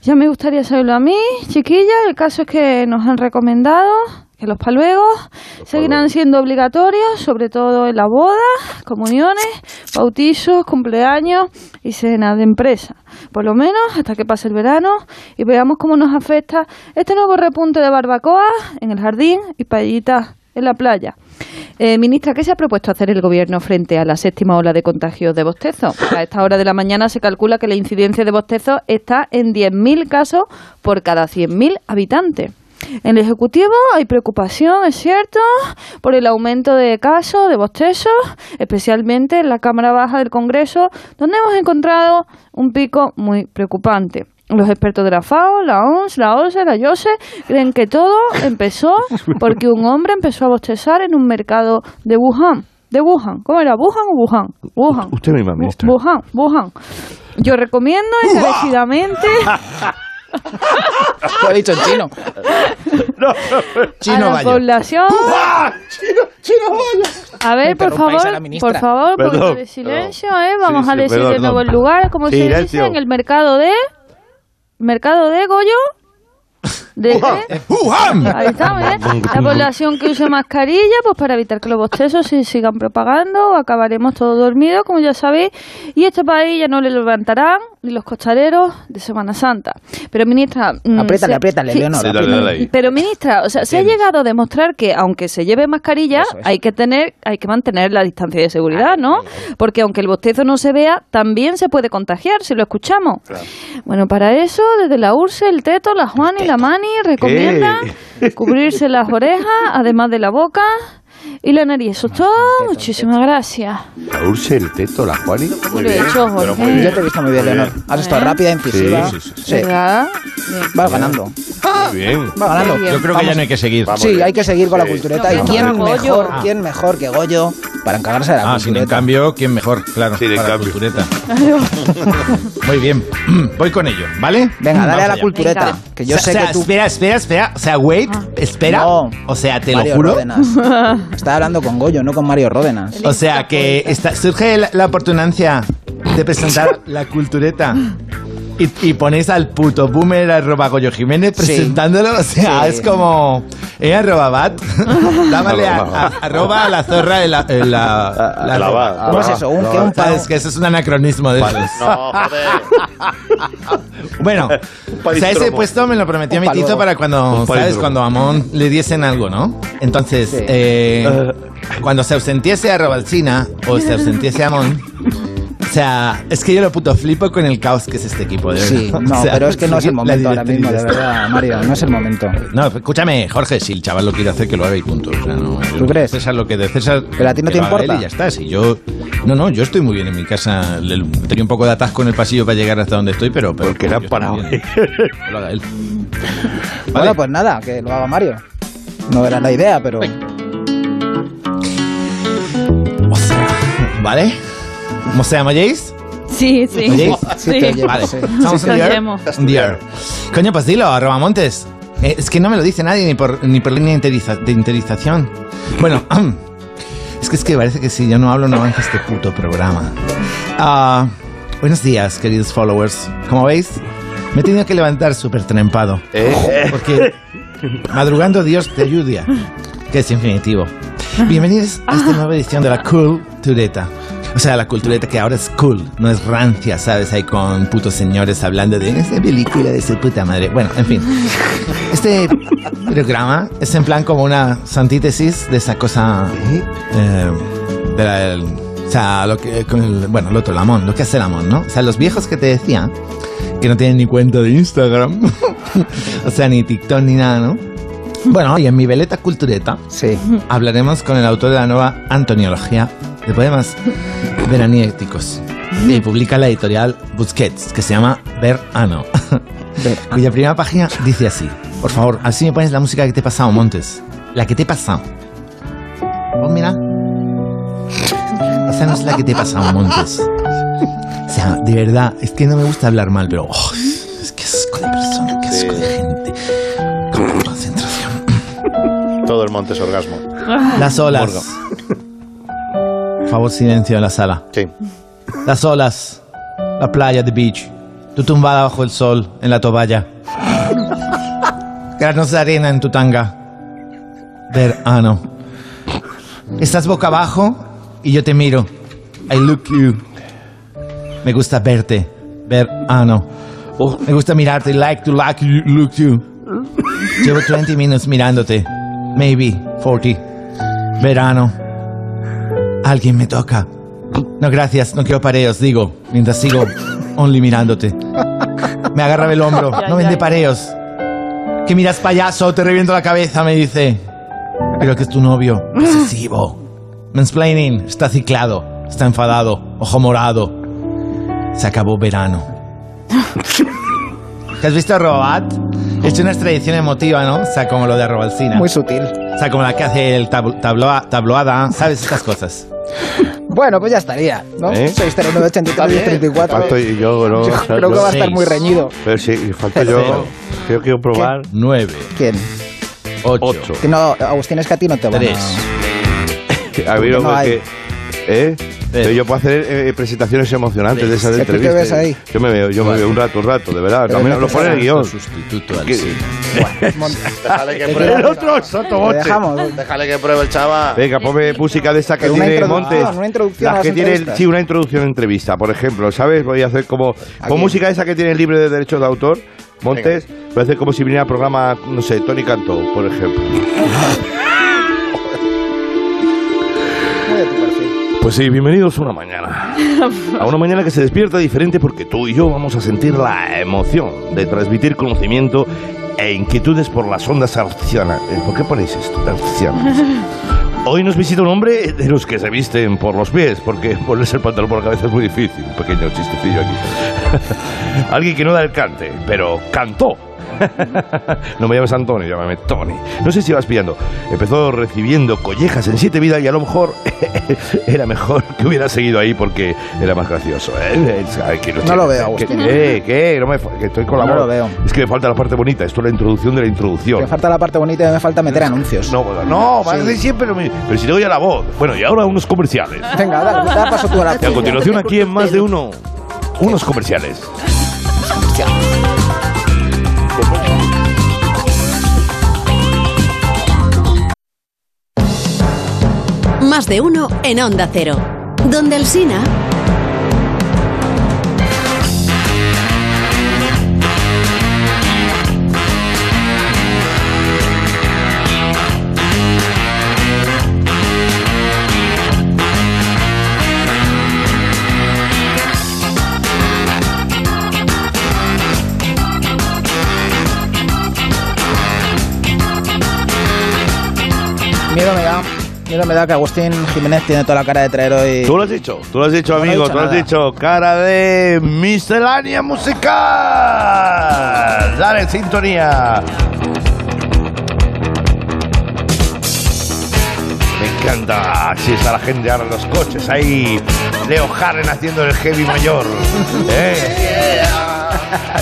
Speaker 5: Ya me gustaría saberlo a mí, chiquilla. El caso es que nos han recomendado que los paluegos seguirán siendo obligatorios, sobre todo en la boda, comuniones, bautizos, cumpleaños y cenas de empresa. Por lo menos hasta que pase el verano y veamos cómo nos afecta este nuevo repunte de barbacoa en el jardín y paellitas en la playa. Eh, ministra, ¿qué se ha propuesto hacer el gobierno frente a la séptima ola de contagios de bostezo? A esta hora de la mañana se calcula que la incidencia de bostezo está en 10.000 casos por cada 100.000 habitantes. En el Ejecutivo hay preocupación, es cierto, por el aumento de casos de bostezos, especialmente en la Cámara Baja del Congreso, donde hemos encontrado un pico muy preocupante. Los expertos de la FAO, la OMS, la OLSE, la YOSE creen que todo
Speaker 2: [LAUGHS]
Speaker 5: empezó porque un hombre empezó a bostezar en un mercado de Wuhan. De Wuhan. ¿Cómo era? ¿Wuhan o Wuhan? Wuhan.
Speaker 2: Usted misma,
Speaker 5: Bu-
Speaker 2: ministra.
Speaker 5: Wuhan, Wuhan. Yo recomiendo encarecidamente
Speaker 1: Lo he dicho en chino.
Speaker 5: a
Speaker 6: Chino
Speaker 5: la
Speaker 6: Bayo.
Speaker 5: población. A ver, por
Speaker 1: Interrumpáis a
Speaker 5: favor,
Speaker 1: la ministra.
Speaker 5: por favor,
Speaker 2: Perdón,
Speaker 5: por de silencio, ¿eh?
Speaker 2: Sí,
Speaker 5: Vamos a
Speaker 2: sí,
Speaker 5: decir de
Speaker 2: perdón.
Speaker 5: nuevo el lugar, como se dice
Speaker 2: Silencio.
Speaker 5: en el mercado de... Mercado de Goyo. De, de- [LAUGHS]
Speaker 6: ¡Wuhan!
Speaker 5: Ahí está, muy bien. ¿eh? La población que use mascarilla, pues para evitar que los bostezos se sigan propagando, acabaremos todos dormidos, como ya sabéis, y este país ya no le levantarán ni los costareros de Semana Santa. Pero, ministra... mm,
Speaker 1: Apriétale,
Speaker 5: se-
Speaker 1: apriétale,
Speaker 5: sí,
Speaker 1: Leonor.
Speaker 2: Sí, dale, dale ahí.
Speaker 5: pero ministra, o sea, se ha llegado a demostrar que aunque se lleve mascarilla, hay que tener, hay que mantener la distancia de seguridad, ¿no? Porque aunque el bostezo no se vea, también se puede contagiar si lo escuchamos. Bueno, para eso desde la URSS, el Teto, la Juan y la Mani recomiendan cubrirse las orejas, además de la boca y la nariz. Eso es todo. Muchísimas gracias.
Speaker 2: La Urse, el teto, la Juani.
Speaker 5: Lo he hecho, Jorge.
Speaker 1: Yo te he visto muy bien, Leonor. Has estado
Speaker 5: Bien.
Speaker 1: rápida, incisiva.
Speaker 2: Sí, sí, sí,
Speaker 5: ¿Verdad? Bien.
Speaker 1: Vas ganando.
Speaker 2: Muy bien.
Speaker 1: Vas ganando.
Speaker 5: bien.
Speaker 6: Yo creo que ya no hay que seguir.
Speaker 1: Sí, hay que seguir con la
Speaker 4: Sí.
Speaker 1: cultureta.
Speaker 5: No,
Speaker 1: ¿Y
Speaker 5: que
Speaker 1: quién
Speaker 5: no, Goyo.
Speaker 1: mejor,
Speaker 5: Ah.
Speaker 1: quién mejor que Goyo para encargarse de la
Speaker 6: Ah, sin en
Speaker 1: cultureta?
Speaker 6: cambio, ¿quién mejor? Claro,
Speaker 2: Sin en
Speaker 6: para la
Speaker 2: cambio.
Speaker 6: cultureta. Muy bien, [CLEARS THROAT] voy con ello, ¿vale?
Speaker 1: Venga,
Speaker 6: Vamos
Speaker 1: dale a la
Speaker 6: allá.
Speaker 1: cultureta.
Speaker 5: Venga.
Speaker 1: Que yo
Speaker 6: O sea,
Speaker 1: sé
Speaker 6: o sea,
Speaker 1: que tú.
Speaker 6: Espera, espera, espera. O sea, wait, espera.
Speaker 1: No.
Speaker 6: O sea, te
Speaker 1: Mario
Speaker 6: lo juro. [LAUGHS]
Speaker 1: Ródenas. Estaba hablando con Goyo, no con Mario Ródenas.
Speaker 6: O sea, que está- surge la, la oportunancia
Speaker 1: [LAUGHS]
Speaker 6: de presentar la cultureta. Y, y ponéis al puto boomer arroba Goyo Jiménez
Speaker 1: Sí.
Speaker 6: presentándolo. O sea,
Speaker 1: Sí.
Speaker 6: es como. Es
Speaker 1: [LAUGHS]
Speaker 6: arroba bat. Dámale a, a- arroba a la zorra en la. en la- la-
Speaker 2: la bat.
Speaker 1: ¿Cómo es eso? Un, que un pa-
Speaker 6: Sabes que eso es un anacronismo de esos.
Speaker 4: No, joder.
Speaker 1: [LAUGHS]
Speaker 6: Bueno, o sea, ese
Speaker 2: palíndromo.
Speaker 6: puesto me lo prometió
Speaker 1: Un
Speaker 6: mi tito
Speaker 1: palíndromo.
Speaker 6: para cuando,
Speaker 2: Un
Speaker 6: ¿sabes?
Speaker 2: palíndromo.
Speaker 6: Cuando a Amón le diesen algo, ¿no? Entonces,
Speaker 1: [LAUGHS]
Speaker 6: eh, cuando se ausentiese a Robalcina o se ausentiese a Amón, o sea, es que yo lo puto flipo con el caos que es este equipo. De
Speaker 2: [LAUGHS]
Speaker 1: Sí,
Speaker 6: verdad.
Speaker 1: no,
Speaker 6: O sea,
Speaker 1: pero es que no es el
Speaker 6: la
Speaker 1: momento ahora mismo,
Speaker 6: directriz
Speaker 1: de
Speaker 6: esta.
Speaker 1: verdad, Mario, no es el momento.
Speaker 6: No, escúchame, Jorge, si el chaval lo quiere hacer, que lo haga y punto. O sea, no,
Speaker 1: ¿Tú crees?
Speaker 6: César lo que de César.
Speaker 1: Pero a ti no
Speaker 6: que
Speaker 1: te
Speaker 6: lo haga
Speaker 1: importa.
Speaker 6: él Y ya está. Si yo. No, no, yo estoy muy bien en mi casa. Le- Tenía un poco de atasco en el pasillo para llegar hasta donde estoy, pero. pero
Speaker 2: Porque era
Speaker 6: yo estoy
Speaker 2: para
Speaker 6: bien. Que lo haga él.
Speaker 1: Bueno, pues nada, que lo haga Mario. No era la idea, pero
Speaker 6: ¿Vale? ¿Cómo se llama Jace?
Speaker 5: Sí, sí.
Speaker 6: ¿Oye?
Speaker 1: sí te oye,
Speaker 6: Vale.
Speaker 1: sí.
Speaker 6: Estamos
Speaker 5: Sí,
Speaker 6: en
Speaker 5: te
Speaker 6: Dear.
Speaker 5: oyemos.
Speaker 6: Dear. Coño, pues dilo, arroba Montes. Eh, es que no me lo dice nadie ni por, ni por línea interiza- de interización. Bueno, [CLEARS THROAT] es que es que parece que si yo no hablo no avanza este puto programa. Ah, buenos días, queridos followers. Como veis, me he tenido que levantar súper trempado.
Speaker 2: Eh.
Speaker 6: Porque [LAUGHS] madrugando Dios te ayuda, que es infinitivo. Bienvenidos a esta nueva edición de la Cool Tureta. O sea, la cultureta que ahora es cool, no es rancia, ¿sabes? Ahí con putos señores hablando de esa película de su puta madre. Bueno, en fin. Este programa es en plan como una antítesis de esa cosa. eh, de la, el- o sea, lo que. Con el, bueno, el otro, el amón, lo que hace el amón, ¿no? O sea, los viejos que te decía que no tienen ni cuenta de Instagram, [LAUGHS] o sea, ni TikTok ni nada, ¿no? Bueno, y en mi veleta cultureta
Speaker 1: Sí.
Speaker 6: hablaremos con el autor de la nueva antoniología de poemas veranísticos que publica la editorial Busquets, que se llama Verano, cuya primera página dice así. Por favor, así me pones la música que te he pasado, Montes. La que te he pasado. Pues mira. Esa no es la que te he pasado, Montes. O sea, de verdad, es que no me gusta hablar mal, pero... oh, es que asco de persona, que asco de gente. Concentración.
Speaker 4: Todo el monte es orgasmo.
Speaker 5: Ah.
Speaker 6: Las olas. [LAUGHS] Por favor, silencio en la sala.
Speaker 4: Sí.
Speaker 6: Las olas. La playa, the beach. Tú tumbada bajo el sol, en la toalla. Granos de arena en tu tanga. Verano. Estás boca abajo y yo te miro. I look you. Me gusta verte. Verano. Me gusta mirarte. Like to like you, look you. Llevo 20 minutos mirándote. Maybe 40. Verano. Alguien me toca. No, gracias, no quiero pareos, digo, mientras sigo only mirándote. Me agarra el hombro, no vende pareos. Que miras payaso, te reviento la cabeza, me dice. Pero que es tu novio, obsesivo. Mansplaining, está ciclado, está enfadado, ojo morado. Se acabó verano. ¿Te has visto Robat? He hecho una extradición emotiva, ¿no? O sea, como lo de Robalcina.
Speaker 1: Muy sutil.
Speaker 6: O sea, como la que hace el tablo- tabloa- tabloada, ¿sabes? Estas cosas.
Speaker 1: Bueno, pues ya estaría, ¿no?
Speaker 2: ¿Eh?
Speaker 1: 609 83 34.
Speaker 2: Falto [LAUGHS] yo, ¿no?
Speaker 1: Yo
Speaker 2: O sea,
Speaker 1: creo que
Speaker 2: yo-
Speaker 1: va a estar
Speaker 6: seis.
Speaker 1: muy reñido.
Speaker 2: Pero sí, falto yo.
Speaker 6: Tercero.
Speaker 2: Yo quiero probar
Speaker 6: 9,
Speaker 1: ¿Quién?
Speaker 6: 8,
Speaker 2: ocho.
Speaker 1: Que no, Agustín, es que a ti no te va.
Speaker 6: 3.
Speaker 2: [LAUGHS] A mí lo
Speaker 1: no hay.
Speaker 2: que... ¿Eh? Pero yo puedo hacer eh, presentaciones emocionantes de esas de
Speaker 1: ¿Y tú qué
Speaker 2: entrevistas.
Speaker 1: ves ahí?
Speaker 2: Yo me veo, yo me veo un rato, un rato, de verdad.
Speaker 1: Pero
Speaker 2: También
Speaker 1: no
Speaker 2: lo
Speaker 1: te
Speaker 2: pone en el
Speaker 1: sabes.
Speaker 2: guión.
Speaker 6: Sustituto al
Speaker 2: ¿Qué?
Speaker 6: cine.
Speaker 4: Déjale que pruebe.
Speaker 2: El otro es Soto
Speaker 1: Lo
Speaker 2: Boche.
Speaker 1: dejamos.
Speaker 4: Déjale que pruebe el chaval.
Speaker 2: Ah, Venga, ponme música de esta que
Speaker 1: Pero una
Speaker 2: tiene
Speaker 1: introducción,
Speaker 2: Montes.
Speaker 1: una introducción a
Speaker 2: Las
Speaker 1: las
Speaker 2: que tiene,
Speaker 1: entrevistas.
Speaker 2: sí, una introducción a entrevista, por ejemplo, ¿sabes? Voy a hacer como. Con música esa que tiene el libre de derechos de autor, Montes, voy a hacer como si viniera a programa, no sé, Tony Cantó, por ejemplo. Pues sí, bienvenidos a una mañana. A una mañana que se despierta diferente porque tú y yo vamos a sentir la emoción de transmitir conocimiento e inquietudes por las ondas arcianas. Eh, ¿Por qué ponéis esto? Arcianas. Hoy nos visita un hombre de los que se visten por los pies, porque ponerse el pantalón por la cabeza es muy difícil. Un pequeño chistecillo aquí. [LAUGHS] Alguien que no da el cante, pero cantó. [LAUGHS] no me llames Antonio, llámame Tony. No sé si vas pillando. Empezó recibiendo collejas en siete vidas y a lo mejor [LAUGHS] era mejor que hubiera seguido ahí porque era más gracioso. ¿eh? Es- ay, que
Speaker 1: No lo veo,
Speaker 2: ¿Qué?
Speaker 1: Agustín.
Speaker 2: ¿Qué? ¿Qué? No me, fa- que estoy con la
Speaker 1: No lo
Speaker 2: voz.
Speaker 1: veo.
Speaker 2: Es que me falta la parte bonita. Esto es la introducción de la introducción.
Speaker 1: Me falta la parte bonita y me falta meter anuncios.
Speaker 2: No, no, más de siempre lo mismo. Pero si tengo ya la voz. Bueno, y ahora unos comerciales.
Speaker 1: Venga, dale, da paso tú a la
Speaker 2: Y a
Speaker 1: tuya.
Speaker 2: continuación aquí en más de uno, unos comerciales.
Speaker 3: Más de uno en Onda Cero. Donde el Sina.
Speaker 1: Miedo me da. Miedo me da que Agustín Jiménez tiene toda la cara de traer hoy.
Speaker 2: Tú lo has dicho, tú lo has dicho,
Speaker 1: Yo no he
Speaker 2: amigo,
Speaker 1: dicho
Speaker 2: tú lo has
Speaker 1: nada.
Speaker 2: dicho. Cara de miscelánea musical. Dale, sintonía. Me encanta. Así está la gente ahora en los coches. Ahí, Leo Harren haciendo el heavy
Speaker 1: [LAUGHS]
Speaker 2: mayor. ¿eh?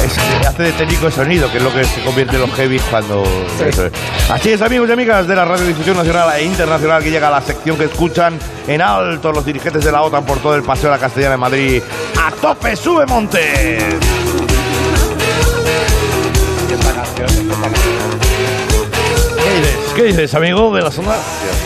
Speaker 2: Es que hace de técnico de sonido, que es lo que se convierte en los heavy cuando... Eso es. Así es, amigos y amigas de la Radiodifusión Nacional e Internacional, que llega a la sección que escuchan en alto los dirigentes de la OTAN por todo el Paseo de la Castellana de Madrid. ¡A tope, sube Montes! ¿Qué dices? ¿Qué dices, amigo de la zona?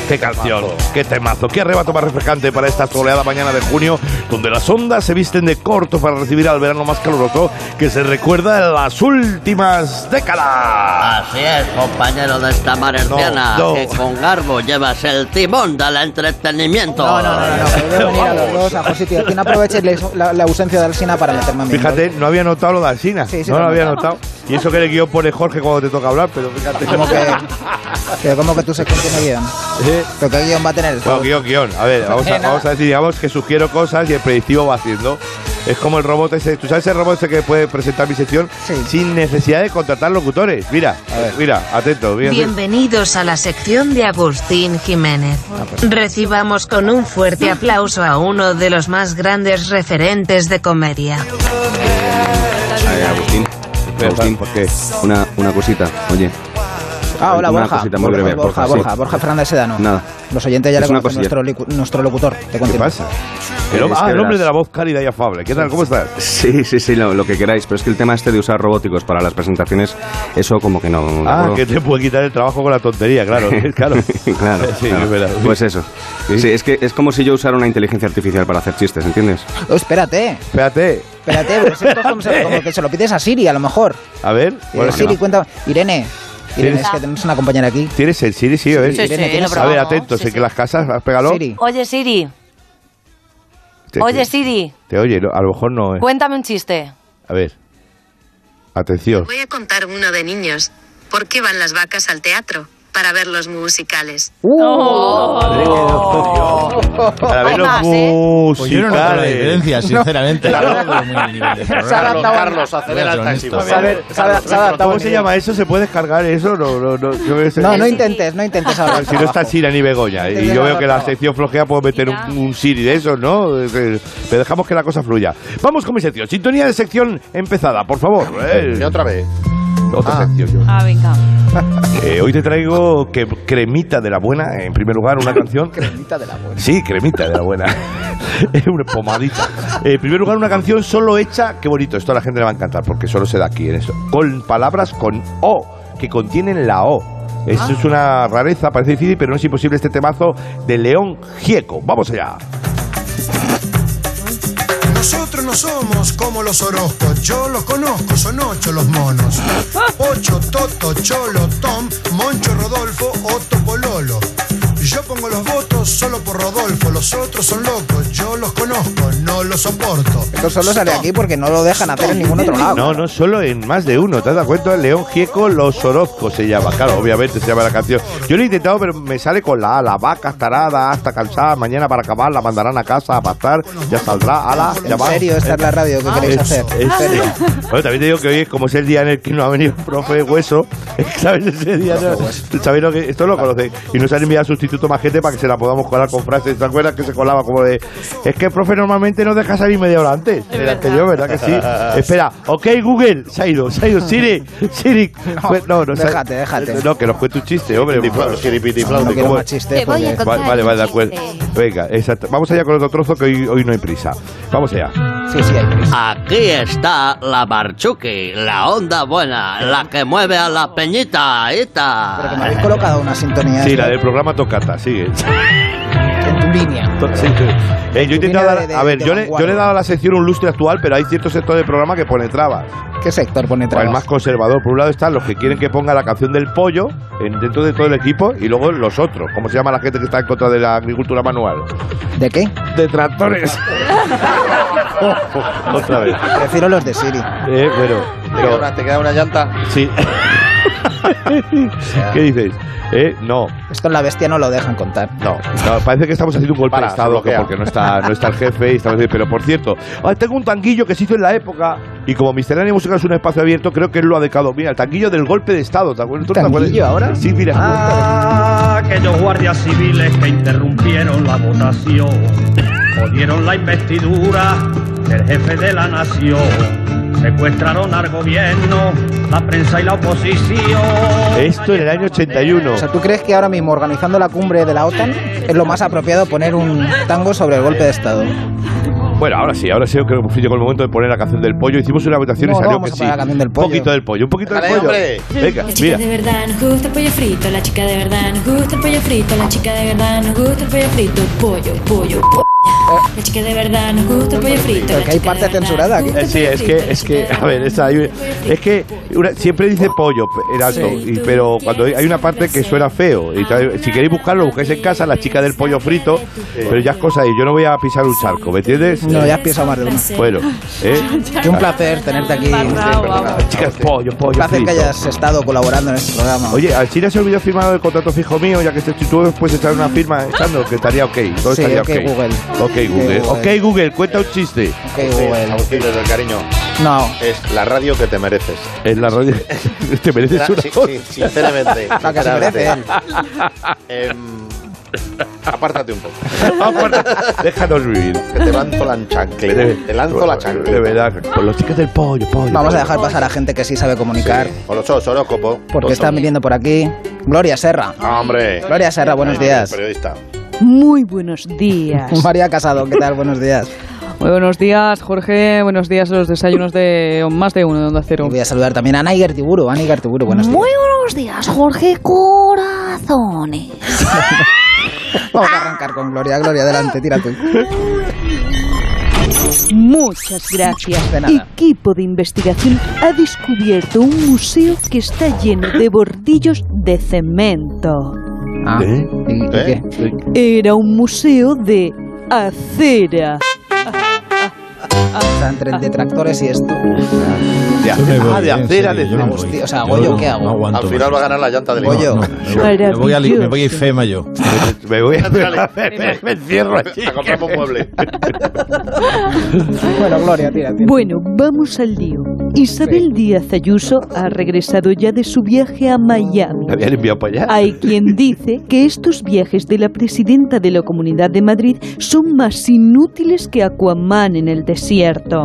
Speaker 2: Qué canción, qué temazo, qué arrebato más refrescante para esta soleada mañana de junio, donde las ondas se visten de corto para recibir al verano más caluroso que se recuerda en las últimas décadas.
Speaker 9: Así es, compañero de esta mar herciana,
Speaker 2: No, no.
Speaker 9: que con garbo llevas el timón del entretenimiento.
Speaker 1: No, no, no, no, que debe venir a los dos a José Tío. Quien aproveche la- la, la ausencia de Alsina para meterme a mí.
Speaker 2: Fíjate, no había notado lo de Alsina.
Speaker 1: Sí, sí,
Speaker 2: no
Speaker 1: lo
Speaker 2: lo
Speaker 1: he
Speaker 2: había notado. Y eso que le guión pone Jorge cuando te toca hablar, pero fíjate.
Speaker 1: Como que, que como que tú se tiene guión.
Speaker 2: Eh,
Speaker 1: Pero qué guión va a tener.
Speaker 2: [LAUGHS] Bueno, guión, guión. A ver, vamos a,
Speaker 1: Eh, nada.
Speaker 2: vamos a decir, digamos que sugiero cosas y el predictivo va haciendo. Es como el robot ese. ¿Tú sabes el robot ese que puede presentar mi sección?
Speaker 1: Sí.
Speaker 2: Sin necesidad de contratar locutores. Mira,
Speaker 1: A ver.
Speaker 2: mira, atento. mira.
Speaker 10: Bienvenidos a la sección de Agustín Jiménez. Recibamos con un fuerte aplauso a uno de los más grandes referentes de comedia.
Speaker 11: Eh, Agustín.
Speaker 2: Pero,
Speaker 11: Agustín,
Speaker 2: ¿por qué?
Speaker 11: Una, una cosita, oye.
Speaker 1: Ah, hola,
Speaker 11: una
Speaker 1: Borja.
Speaker 11: cosita muy
Speaker 1: Borja,
Speaker 11: breve,
Speaker 1: Borja,
Speaker 11: Borja, sí.
Speaker 1: Borja, Borja Fernández Sedano.
Speaker 11: Nada.
Speaker 1: Los oyentes ya
Speaker 11: Es
Speaker 1: le
Speaker 11: una
Speaker 1: conocen nuestro,
Speaker 11: cosilla.
Speaker 1: licu- nuestro locutor. Te
Speaker 2: ¿Qué
Speaker 1: continúo.
Speaker 2: pasa? El, hom-
Speaker 11: Es
Speaker 2: ah,
Speaker 11: que
Speaker 2: el hombre
Speaker 11: verás.
Speaker 2: de la voz cálida y afable. ¿Qué tal? ¿Cómo estás?
Speaker 11: Sí, sí, sí, lo, lo que queráis, pero es que el tema este de usar robóticos para las presentaciones, eso como que no. ¿de
Speaker 2: Ah,
Speaker 11: acuerdo? [LAUGHS]
Speaker 2: que te puede quitar el trabajo con la tontería, claro. claro.
Speaker 11: claro,
Speaker 2: Sí,
Speaker 11: claro.
Speaker 2: es verdad.
Speaker 11: Pues eso.
Speaker 2: Sí.
Speaker 11: Sí, es que es como si yo usara una inteligencia artificial para hacer chistes, ¿entiendes?
Speaker 1: Oh, espérate,
Speaker 2: Espérate.
Speaker 1: espérate. Pero si esto es
Speaker 2: [LAUGHS]
Speaker 1: como, se- como que se lo pides a Siri, a lo mejor.
Speaker 2: A ver.
Speaker 1: Eh,
Speaker 2: bueno,
Speaker 1: Siri, cuenta. Irene, Irene,
Speaker 2: Siri.
Speaker 1: es que tenemos una compañera aquí.
Speaker 2: ¿Tienes el Siri? Sí, a ver.
Speaker 1: Sí, sí, lo
Speaker 2: a ver,
Speaker 1: probamos.
Speaker 2: atento.
Speaker 10: Sí,
Speaker 2: sé
Speaker 10: sí.
Speaker 2: que las casas, pégalo.
Speaker 1: Siri.
Speaker 10: Oye Siri,
Speaker 2: Te-
Speaker 10: oye
Speaker 2: te-
Speaker 10: Siri,
Speaker 2: Te oye, no, a lo mejor no. eh.
Speaker 1: Pues-
Speaker 10: cuéntame un chiste.
Speaker 2: A ver. Atención.
Speaker 10: Voy a contar uno de niños. ¿Por qué van las vacas al teatro? Para ver los musicales. Oh.
Speaker 2: Para ver
Speaker 10: Hay
Speaker 2: los
Speaker 10: más, ¿eh?
Speaker 6: Pues yo no noto la
Speaker 2: musicales.
Speaker 6: diferencia, sinceramente. Yo lo veo muy al [LAUGHS] nivel del programa.
Speaker 4: Carlos, Carlos, acelera el taxi.
Speaker 6: Voy a
Speaker 4: por favor.
Speaker 2: ¿Cómo se llama eso? ¿Se puede descargar eso? No, no, no. yo veo ese-
Speaker 1: No, no intentes, no intentes ahora. el
Speaker 2: Si no
Speaker 6: [LAUGHS]
Speaker 2: está
Speaker 1: trabajo.
Speaker 2: Sira ni Begoña. ¿eh?
Speaker 1: Te
Speaker 2: Y
Speaker 1: llevo
Speaker 2: yo veo
Speaker 1: la
Speaker 2: que la
Speaker 1: brava.
Speaker 2: sección flojea, puedo meter un, un Siri de esos, ¿no? Es que- Pero dejamos que la cosa fluya. Vamos con mi sección. Sintonía de sección empezada, por favor.
Speaker 4: Y
Speaker 2: Eh,
Speaker 4: otra vez.
Speaker 2: Otra
Speaker 4: Ah.
Speaker 2: sección. yo.
Speaker 5: Ah,
Speaker 4: [LAUGHS]
Speaker 5: venga.
Speaker 2: Eh, hoy te traigo que cremita de la buena, en primer lugar, [LAUGHS] una canción. cremita de la buena. Sí, cremita de la [LAUGHS] buena. Es una pomadita. Eh, en primer lugar, una canción solo hecha, qué bonito, esto a la gente le va a encantar, porque solo se da aquí en esto. Con palabras con O, que contienen la O. Esto es una rareza, parece difícil, pero no es imposible este temazo de León Gieco. Vamos allá.
Speaker 12: Nosotros no somos como los Orozcos, yo los conozco, son ocho los monos. Ocho, Toto, Cholo, Tom, Moncho, Rodolfo, Otto, Pololo. Yo pongo los votos solo por Rodolfo, los otros son locos, yo los conozco, no los soporto.
Speaker 1: Esto solo sale aquí porque no lo dejan hacer en ningún otro lado.
Speaker 2: No, no, solo en más de uno. ¿Te has dado cuenta? León Gieco Los Orozco se llama. Claro, obviamente se llama la canción. Yo lo he intentado, pero me sale con la A. La vaca estarada hasta cansada. Mañana para acabar la mandarán a casa a pastar. Ya saldrá. Ala, ya
Speaker 1: En
Speaker 2: va. Eh, Ah,
Speaker 1: serio, esta es la radio que queréis hacer.
Speaker 2: En serio. Bueno, también te digo que hoy es como es el día en el que no ha venido el profe Hueso. [LAUGHS] ¿Sabes? Ese día. no- ¿Sabéis lo que esto lo conocéis? Y nos han enviado sustituto más gente para que se la podamos colar con frases. ¿Te acuerdas que se colaba como de. Es que el profe normalmente nos deja salir media hora antes. Era anterior, ¿verdad que
Speaker 1: [LAUGHS]
Speaker 2: sí? Espera, ok, Google. Se ha ido, se ha ido. Siri, Siri. Fue- No, no, se ha-
Speaker 1: déjate, déjate.
Speaker 2: No, que nos cuente un chiste, hombre. por favor.
Speaker 1: No quiero
Speaker 2: ¿Cómo-
Speaker 1: más chistes.
Speaker 10: Te voy a
Speaker 1: porque-
Speaker 10: contar
Speaker 2: Vale, vale,
Speaker 10: un
Speaker 2: vale, de
Speaker 10: chiste.
Speaker 2: acuerdo. Venga, exacto. Vamos allá con otro trozo que hoy, hoy no hay prisa. Vamos allá.
Speaker 1: Sí, sí, hay prisa.
Speaker 9: Aquí está la Barchuki, la onda buena, la que mueve a la peñita,
Speaker 1: Pero que
Speaker 9: ita.
Speaker 1: me habéis colocado una sintonía.
Speaker 2: Sí,
Speaker 1: esta.
Speaker 2: la del programa Tocata, sigue.
Speaker 1: en tu línea.
Speaker 2: Sí. Eh, yo he intentado
Speaker 1: Línea
Speaker 2: dar-
Speaker 1: de-
Speaker 2: a ver,
Speaker 1: de
Speaker 2: yo le, yo le he dado a la sección un lustre actual, pero hay cierto sector del programa que pone trabas.
Speaker 1: ¿Qué sector pone trabas?
Speaker 2: El más conservador. Por un lado están los que quieren que ponga la canción del pollo en- dentro de todo el equipo y luego los otros. ¿Cómo se llama la gente que está en contra de la agricultura manual?
Speaker 1: ¿De qué?
Speaker 2: De tractores. Otra vez.
Speaker 1: Prefiero los de Siri.
Speaker 2: Eh, bueno,
Speaker 4: Te queda una- te queda una llanta.
Speaker 1: [LAUGHS]
Speaker 2: Sí. ¿Qué dices? Eh, no.
Speaker 1: Esto en la bestia no lo dejan contar.
Speaker 2: No, no, parece que estamos haciendo un golpe
Speaker 1: Para,
Speaker 2: de estado
Speaker 1: bloquea.
Speaker 2: que porque no está, no está el jefe y estamos pero por cierto, ah, tengo un tanguillo que se hizo en la época y como Miscelánea Musical es un espacio abierto, creo que él lo ha decado. Mira, el tanguillo del golpe de estado, ¿te acuerdas? ¿Tú te acuerdas?
Speaker 13: ¿Tanguillo ahora?
Speaker 2: Sí, mira.
Speaker 1: Ah.
Speaker 13: Aquellos guardias civiles que interrumpieron la votación, jodieron la investidura del jefe de la nación, secuestraron al gobierno, la prensa y la oposición.
Speaker 2: Esto en el año 81.
Speaker 1: O sea, ¿tú crees que ahora mismo organizando la cumbre de la OTAN es lo más apropiado poner un tango sobre el golpe de Estado?
Speaker 2: Bueno, ahora sí, ahora sí, creo que llegó el momento de poner la canción del pollo. Hicimos una votación
Speaker 1: No,
Speaker 2: y
Speaker 1: no
Speaker 2: salió
Speaker 1: vamos
Speaker 2: que
Speaker 1: a
Speaker 2: sí.
Speaker 1: poner la canción del
Speaker 2: Un poquito del pollo, un poquito del
Speaker 1: Dale,
Speaker 2: pollo. Venga,
Speaker 14: La chica
Speaker 2: mira.
Speaker 14: de verdad nos gusta el pollo frito, la chica de verdad nos gusta el pollo frito, la chica de verdad nos gusta el pollo frito, pollo, pollo, pollo. La chica de verdad nos gusta el pollo frito. la
Speaker 1: Porque hay
Speaker 14: chica de
Speaker 1: parte
Speaker 14: verdad
Speaker 1: censurada.
Speaker 14: nos gusta
Speaker 2: Eh,
Speaker 14: el
Speaker 2: sí,
Speaker 14: pollo
Speaker 2: es que,
Speaker 14: frito, la
Speaker 2: es
Speaker 14: chica
Speaker 2: que,
Speaker 14: de
Speaker 2: a ver, esa- es que una- siempre dice pollo en alto,
Speaker 14: Sí.
Speaker 2: y- pero cuando hay- hay una parte que suena feo, y tal, si queréis buscarlo, lo buscáis en casa, la chica del pollo frito, pero ya es cosa ahí, yo no voy a pisar un charco, ¿me entiendes?
Speaker 1: No, ya has pisado más de uno.
Speaker 2: Bueno, ¿eh?
Speaker 1: Qué un placer tenerte aquí.
Speaker 2: La chica del pollo,
Speaker 1: Un
Speaker 2: pollo
Speaker 1: placer que
Speaker 2: frito.
Speaker 1: hayas estado colaborando en este programa.
Speaker 2: Oye, al China se olvidó firmar el contrato fijo mío, ya que este tú puedes echar una firma echando que estaría ok. Todo
Speaker 1: Sí,
Speaker 2: estaría
Speaker 1: ok, Google.
Speaker 2: Ok, Google.
Speaker 1: Ok,
Speaker 2: Ok, Google, cuenta un chiste.
Speaker 1: Ok, Google.
Speaker 4: Agustín, desde el cariño.
Speaker 1: No.
Speaker 4: Es la radio que te mereces.
Speaker 2: Es la radio. Te
Speaker 6: Este
Speaker 4: [LAUGHS]
Speaker 2: mereces
Speaker 4: Sí,
Speaker 2: una
Speaker 4: sí,
Speaker 2: cosa.
Speaker 1: [LAUGHS]
Speaker 4: sinceramente.
Speaker 1: La que se
Speaker 4: sinceramente.
Speaker 1: merece él.
Speaker 4: Em, apártate un poco.
Speaker 2: Déjanos vivir.
Speaker 4: Que te lanzo la chancle. Te lanzo la chancle.
Speaker 2: De verdad, con los chicos del pollo, pollo.
Speaker 1: Vamos a
Speaker 2: pollo.
Speaker 1: dejar pasar a gente que sí sabe comunicar.
Speaker 4: Con los osos, horóscopo.
Speaker 1: Porque
Speaker 4: Ocho.
Speaker 1: están viniendo por aquí. Gloria Serra.
Speaker 4: Ah, Hombre.
Speaker 1: Gloria Serra, buenos días.
Speaker 4: Periodista.
Speaker 5: Muy buenos días.
Speaker 1: [LAUGHS] María Casado, ¿qué tal? Buenos días.
Speaker 15: Muy buenos días, Jorge. Buenos días a los desayunos de más de uno de Onda Cero.
Speaker 1: Y voy a saludar también a Ana Igartiburu. Ana Igartiburu,
Speaker 15: [LAUGHS]
Speaker 1: buenos días.
Speaker 16: Muy buenos días, Jorge Corazones.
Speaker 1: Vamos a arrancar con Gloria. Gloria, adelante, tira tú.
Speaker 17: Muchas gracias.
Speaker 1: De nada.
Speaker 17: Equipo de investigación ha descubierto un museo que está lleno de bordillos de cemento.
Speaker 1: Ah, ¿y- y
Speaker 6: ¿Eh?
Speaker 1: qué?
Speaker 17: Era un museo de acera.
Speaker 1: Está entre el detractores y esto.
Speaker 2: De
Speaker 6: me voy,
Speaker 1: Ah,
Speaker 2: acera, de
Speaker 6: en
Speaker 2: acera,
Speaker 6: serio,
Speaker 2: de
Speaker 6: yo me
Speaker 2: cemento.
Speaker 1: Hostia, o sea,
Speaker 6: Yo
Speaker 1: Goyo,
Speaker 6: no-
Speaker 1: ¿qué hago?
Speaker 6: no aguanto
Speaker 4: Al final va a ganar la llanta del
Speaker 1: Goyo.
Speaker 6: Me voy, a, me voy a IFEMA yo.
Speaker 2: Me voy a [LAUGHS]
Speaker 4: me- me encierro aquí.
Speaker 2: A comprar un mueble.
Speaker 1: Bueno, Gloria, tira, tira.
Speaker 17: Bueno, vamos al lío. Isabel Díaz Ayuso ha regresado ya de su viaje a Miami.
Speaker 2: Me habían enviado para allá.
Speaker 17: Hay quien dice que estos viajes de la presidenta de la Comunidad de Madrid son más inútiles que Aquaman en el desierto.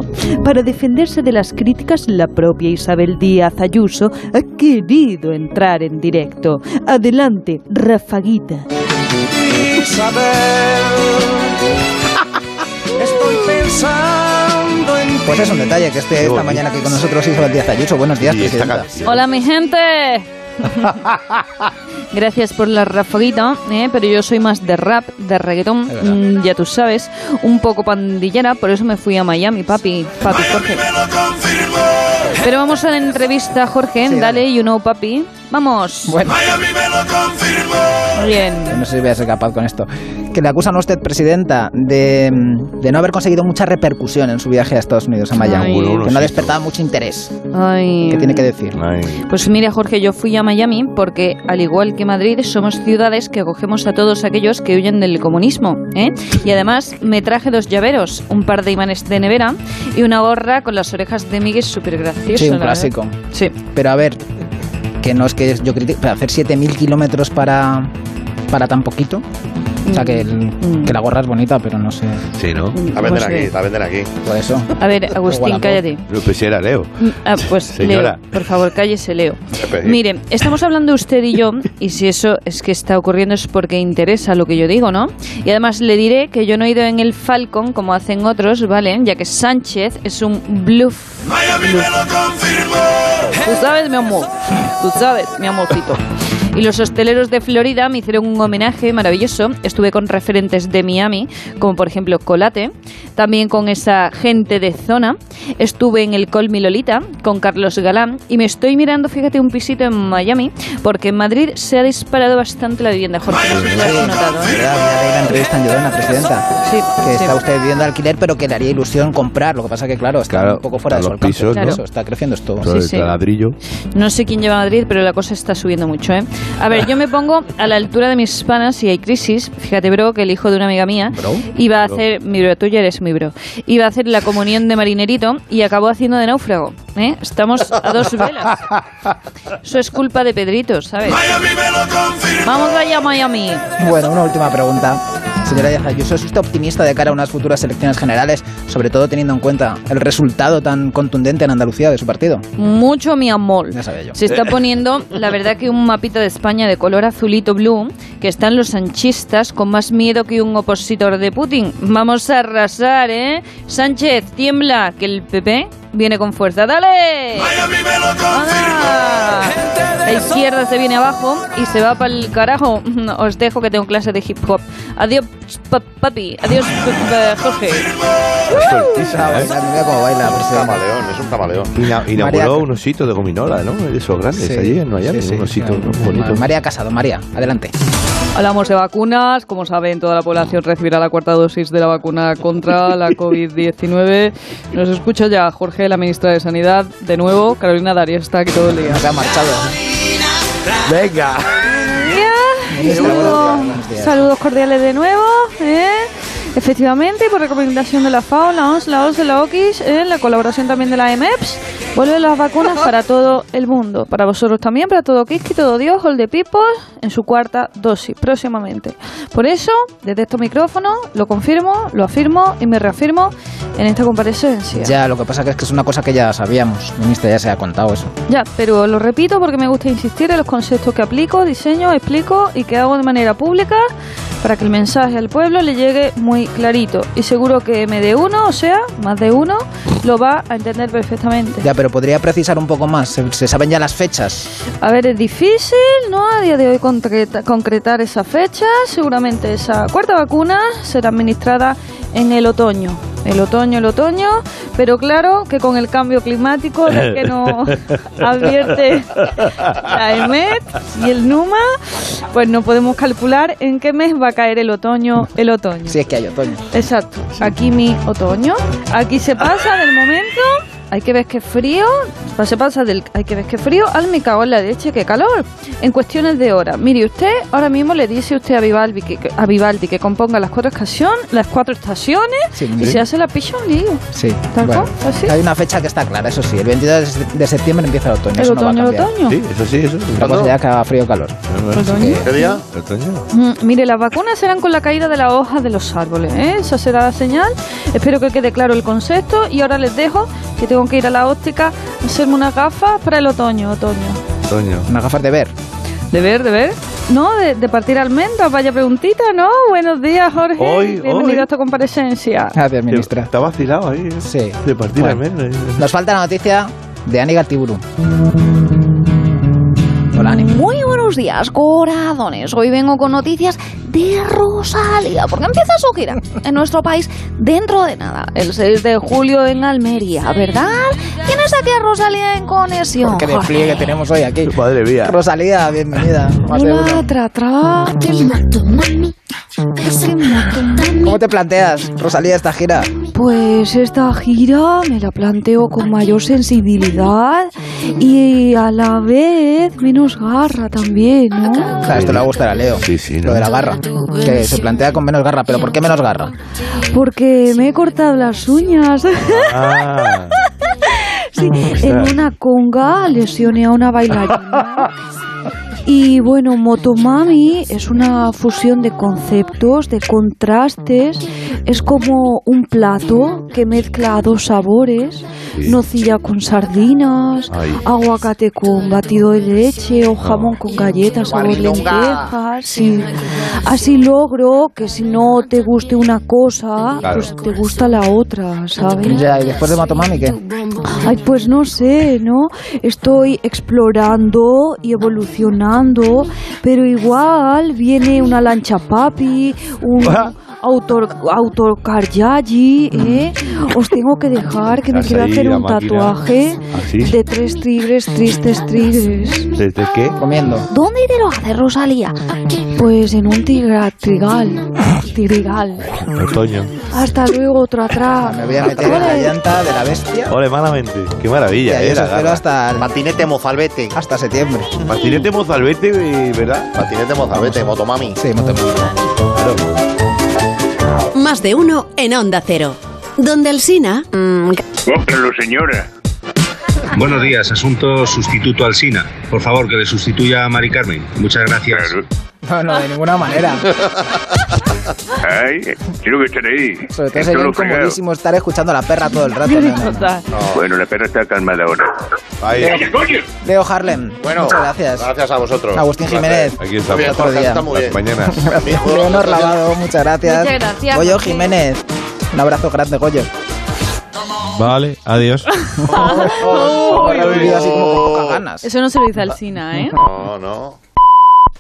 Speaker 17: Para defenderse de las críticas, la propia Isabel Díaz Ayuso ha querido entrar en directo. Adelante, Rafaguita.
Speaker 12: Estoy pensando en
Speaker 1: Pues es un detalle que esté esta mañana aquí con nosotros Isabel Díaz Ayuso. Buenos días, presidenta.
Speaker 5: Hola mi
Speaker 1: [LAUGHS]
Speaker 5: gente. Gracias por la rafaguita, ¿eh? pero yo soy más de rap, de reggaetón, mm, ya tú sabes, un poco pandillera, por eso me fui a Miami, papi, papi Jorge. Pero vamos a la entrevista, Jorge, dale, you know, papi. Vamos.
Speaker 1: Bueno.
Speaker 5: Bien.
Speaker 1: Yo No sé si voy a ser capaz con esto. Que le acusan a usted, presidenta, de, mm, de no haber conseguido mucha repercusión en su viaje a Estados Unidos, a Miami.
Speaker 5: Ay. Bueno, lo
Speaker 1: que no
Speaker 5: siento.
Speaker 1: ha despertado mucho interés.
Speaker 5: Ay.
Speaker 1: ¿Qué tiene que decir?
Speaker 5: Pues mira, Jorge, yo fui a Miami porque, al igual que Madrid, somos ciudades que acogemos a todos aquellos que huyen del comunismo. ¿eh? Y además me traje dos llaveros, un par de imanes de nevera y una gorra con las orejas de Miguel súper graciosa.
Speaker 1: Sí, un clásico.
Speaker 5: Sí.
Speaker 1: Pero a ver, que no es que yo critique, pero hacer 7.000 kilómetros para, para tan poquito. O sea, que, el-
Speaker 5: Mm.
Speaker 1: que la gorra es bonita, pero no sé.
Speaker 2: Sí, ¿no?
Speaker 4: La venden aquí, la venden aquí.
Speaker 1: Pues Por eso.
Speaker 5: A ver, Agustín,
Speaker 1: Guadalajara.
Speaker 5: cállate.
Speaker 2: Lo quisiera, pues Leo.
Speaker 5: Ah, pues
Speaker 2: Señora.
Speaker 5: Leo, por favor, cállese, Leo.
Speaker 2: Pepe.
Speaker 5: Mire, estamos hablando usted y yo, y si eso es que está ocurriendo es porque interesa lo que yo digo, ¿no? Y además le diré que yo no he ido en el Falcon como hacen otros, ¿vale? Ya que Sánchez es un bluff. Ah. Tú sabes, mi amor. Tú sabes, mi amorcito.
Speaker 18: Y los hosteleros de Florida me hicieron un homenaje maravilloso. Estuve con referentes de Miami, como por ejemplo Colate, también con esa gente de zona. Estuve en el Col Milolita con Carlos Galán y me estoy mirando, fíjate, un pisito en Miami, porque en Madrid se ha disparado bastante la vivienda, Jorge. No sé si lo has notado, ¿eh?
Speaker 1: una entrevista en Llorona, presidenta.
Speaker 18: Sí,
Speaker 1: que
Speaker 18: sí.
Speaker 1: está usted viviendo alquiler, pero que le haría ilusión comprar. Lo que pasa que, claro, está un poco fuera de su
Speaker 2: están los
Speaker 1: alcance.
Speaker 2: pisos,
Speaker 1: Por
Speaker 2: ¿no?
Speaker 1: eso, está creciendo esto.
Speaker 2: Todo este ladrillo.
Speaker 18: No sé quién lleva a Madrid, pero la cosa está subiendo mucho, ¿eh? A ver, yo me pongo a la altura de mis panas y hay crisis. Fíjate, bro, que el hijo de una amiga mía
Speaker 5: Bro,
Speaker 18: iba a
Speaker 5: bro.
Speaker 18: hacer... Mi bro, tú ya eres mi bro. Iba a hacer la comunión de marinerito y acabó haciendo de náufrago, ¿eh? Estamos a
Speaker 5: [LAUGHS]
Speaker 18: dos velas. Eso es culpa de Pedrito, ¿sabes? Vamos allá, Miami.
Speaker 1: Bueno, una última pregunta. Señora Díaz Ayuso, ¿es usted optimista de cara a unas futuras elecciones generales, sobre todo teniendo en cuenta el resultado tan contundente en Andalucía de su partido?
Speaker 18: Mucho mi amor.
Speaker 1: Ya sabía yo. Eh.
Speaker 18: Se está poniendo, la verdad, que un mapita de España de color azulito blue, que están los sanchistas con más miedo que un opositor de Putin. Vamos a arrasar, ¿eh? Sánchez, tiembla, que el PP viene con fuerza. ¡Dale! ¡Ah! La izquierda se viene abajo y se va para el carajo. [LAUGHS] Os dejo que tengo clase de hip hop. Adiós, pa- papi. Adiós, pa- pa- Jorge.
Speaker 6: ¿eh?
Speaker 1: Mira cómo baila,
Speaker 4: Es un camaleón, es un camaleón.
Speaker 2: Ina-
Speaker 1: María-
Speaker 2: inauguró un osito de gominola, ¿no? Esos grandes
Speaker 1: Sí,
Speaker 2: allí en Miami,
Speaker 1: sí, sí,
Speaker 2: un osito
Speaker 1: claro.
Speaker 2: bonito.
Speaker 1: María Casado, María, adelante.
Speaker 17: Hablamos de vacunas. Como saben, toda la población recibirá la cuarta dosis de la vacuna contra la COVID-19. Nos escucha ya Jorge, la ministra de Sanidad. De nuevo, Carolina Darias está aquí todo el día.
Speaker 1: Se ha marchado.
Speaker 2: Venga.
Speaker 5: Saludos cordiales de nuevo. ¿eh? Efectivamente, por recomendación de la FAO, la OMS, la OLS, la OCIS, ¿eh? la colaboración también de la EMEPS, vuelven las vacunas para todo el mundo. Para vosotros también, para todo Kiski, todo Dios, all the people, en su cuarta dosis próximamente. Por eso, desde estos micrófonos, lo confirmo, lo afirmo y me reafirmo en esta comparecencia.
Speaker 1: Ya, lo que pasa que es que es una cosa que ya sabíamos, ministra, ya se ha contado eso.
Speaker 5: Ya, pero lo repito porque me gusta insistir en los conceptos que aplico, diseño, explico y que hago de manera pública para que el mensaje al pueblo le llegue muy clarito. Y seguro que MD1, o sea, más de uno, lo va a entender perfectamente.
Speaker 1: Ya, pero podría precisar un poco más. Se, se saben ya las fechas.
Speaker 5: A ver, es difícil, ¿no? A día de hoy concreta- concretar esa fecha. Seguramente esa cuarta vacuna será administrada en el otoño. El otoño, el otoño, pero claro que con el cambio climático del que [LAUGHS] no advierte la EMET y el NUMA, pues no podemos calcular en qué mes va a caer el otoño, el otoño.
Speaker 1: Si es que hay otoño.
Speaker 5: Exacto, aquí mi otoño, aquí se pasa del momento, hay que ver que frío, pa- se pasa del hay que ver que frío al me cago en la leche, que calor, en cuestiones de horas. Mire usted, ahora mismo le dice usted a Vivaldi que, que- a Vivaldi que componga las cuatro estaciones, las cuatro estaciones
Speaker 1: Sí,
Speaker 5: y
Speaker 1: hombre.
Speaker 5: se hace la picha un lío.
Speaker 1: Sí.
Speaker 5: ¿Tal
Speaker 1: bueno,
Speaker 5: cual? ¿Así?
Speaker 1: Hay una fecha que está clara, eso sí. El 22 de se- de septiembre empieza el otoño.
Speaker 5: El
Speaker 1: eso no va a
Speaker 5: otoño, el
Speaker 1: cambiar.
Speaker 5: otoño. Sí,
Speaker 2: eso sí, eso.
Speaker 1: La cosa ya que haga frío o calor.
Speaker 5: ¿Otoño?
Speaker 1: ¿Qué día?
Speaker 5: Mm, Mire, las vacunas serán con la caída de las hojas de los árboles, ¿eh? esa será la señal. Espero que quede claro el concepto y ahora les dejo que tengo que ir a la óptica a hacerme unas gafas para el otoño, otoño.
Speaker 2: Otoño.
Speaker 1: Unas gafas de ver.
Speaker 5: ¿De ver, de ver? No, de, de partir almendras, vaya preguntita, ¿no? Buenos días, Jorge.
Speaker 2: Hoy,
Speaker 5: Bienvenido
Speaker 2: hoy.
Speaker 5: a esta comparecencia.
Speaker 1: Gracias, ministra.
Speaker 2: Está vacilado ahí. ¿eh?
Speaker 1: Sí.
Speaker 2: De partir ¿eh?
Speaker 1: Bueno.
Speaker 2: almendras.
Speaker 1: Nos falta la noticia de Aníbal Tiburú. Hola, Ani.
Speaker 19: Muy buenos días, corazones. Hoy vengo con noticias de Rosalía, porque empieza su gira en nuestro país dentro de nada, el 6 de julio en Almería, ¿verdad? ¿Quién está aquí, Rosalía, en conexión?
Speaker 1: Qué despliegue que tenemos hoy aquí.
Speaker 2: Madre mía.
Speaker 1: Rosalía, bienvenida. Más de uno.
Speaker 19: Hola, tra, tra.
Speaker 1: ¿Cómo te planteas, Rosalía, esta gira?
Speaker 19: Pues esta gira me la planteo con mayor sensibilidad y a la vez menos garra también, ¿no?
Speaker 1: Claro, esto le va a gustar a Leo.
Speaker 2: Sí, sí.
Speaker 1: Lo de la garra. Que se plantea con menos garra, pero ¿por qué menos garra?
Speaker 19: Porque me he cortado las uñas. [LAUGHS]
Speaker 2: Ah.
Speaker 19: Sí, en una conga lesioné a una bailarina. Y bueno, Motomami es una fusión de conceptos, de contrastes
Speaker 5: Es como un plato que mezcla dos sabores, nocilla con sardinas,
Speaker 16: Ay.
Speaker 5: aguacate con batido de leche o jamón con galletas, sabor
Speaker 16: Guarrilonga.
Speaker 5: lentejas. Sí. Así logro que si no te guste una cosa,
Speaker 1: Claro.
Speaker 5: pues te gusta la otra, ¿sabes?
Speaker 1: Ya, y después de Matomami, ¿qué?
Speaker 5: Ay, pues no sé, ¿no? Estoy explorando y evolucionando, pero igual viene una lancha papi, un autor, autocar yayi, ¿eh? Os tengo que dejar que me
Speaker 2: Estás
Speaker 5: quiero
Speaker 2: ahí,
Speaker 5: hacer
Speaker 2: la
Speaker 5: un
Speaker 2: máquina. ¿Ah,
Speaker 5: tatuaje
Speaker 2: ¿Así?
Speaker 5: de tres tigres, tristes tigres.
Speaker 2: ¿Desde qué?
Speaker 1: Comiendo.
Speaker 5: ¿Dónde te lo hace Rosalía? Pues en un tigra, trigal, trigal.
Speaker 2: Otoño.
Speaker 5: Hasta luego, otra atrás.
Speaker 1: Me
Speaker 5: [LAUGHS]
Speaker 1: voy a meter en la llanta de la bestia.
Speaker 2: Ole, malamente. Qué maravilla,
Speaker 1: y
Speaker 2: eh.
Speaker 1: eso
Speaker 2: la
Speaker 1: espero
Speaker 2: garra.
Speaker 1: hasta el patinete mozalbete. Hasta septiembre.
Speaker 2: Patinete mozalbete, eh, ¿verdad? Patinete mozalbete, motomami.
Speaker 1: Sí, motomami.
Speaker 3: Más de uno en Onda Cero. Donde el Sina. mm,
Speaker 20: Cómpralo, señora.
Speaker 11: Buenos días, asunto sustituto al SINA. Por favor, que le sustituya a Mari Carmen. Muchas gracias.
Speaker 1: No, no, de ninguna manera.
Speaker 20: Ay, quiero que estar ahí.
Speaker 1: Sobre todo
Speaker 20: Esto
Speaker 1: sería
Speaker 20: lo fregado.
Speaker 1: incomodísimo estar escuchando a la perra todo el rato. no, no, no.
Speaker 20: Bueno, la perra está calmada ahora.
Speaker 1: Leo Harlem.
Speaker 4: Bueno,
Speaker 1: muchas gracias.
Speaker 4: Gracias a vosotros.
Speaker 1: Agustín
Speaker 4: Un placer.
Speaker 1: Jiménez.
Speaker 4: Muy bien,
Speaker 1: Otro
Speaker 4: Jorge,
Speaker 1: día.
Speaker 4: está muy bien.
Speaker 1: Leonor Lavado, muchas gracias.
Speaker 16: Muchas gracias,
Speaker 1: Goyo
Speaker 16: Jorge.
Speaker 1: Jiménez. Un abrazo grande, Goyo.
Speaker 6: Vale, adiós.
Speaker 1: Ahora he vivido así como con pocas ganas.
Speaker 4: Oh.
Speaker 18: Eso no se lo dice al Sina, ¿eh?
Speaker 4: No, no.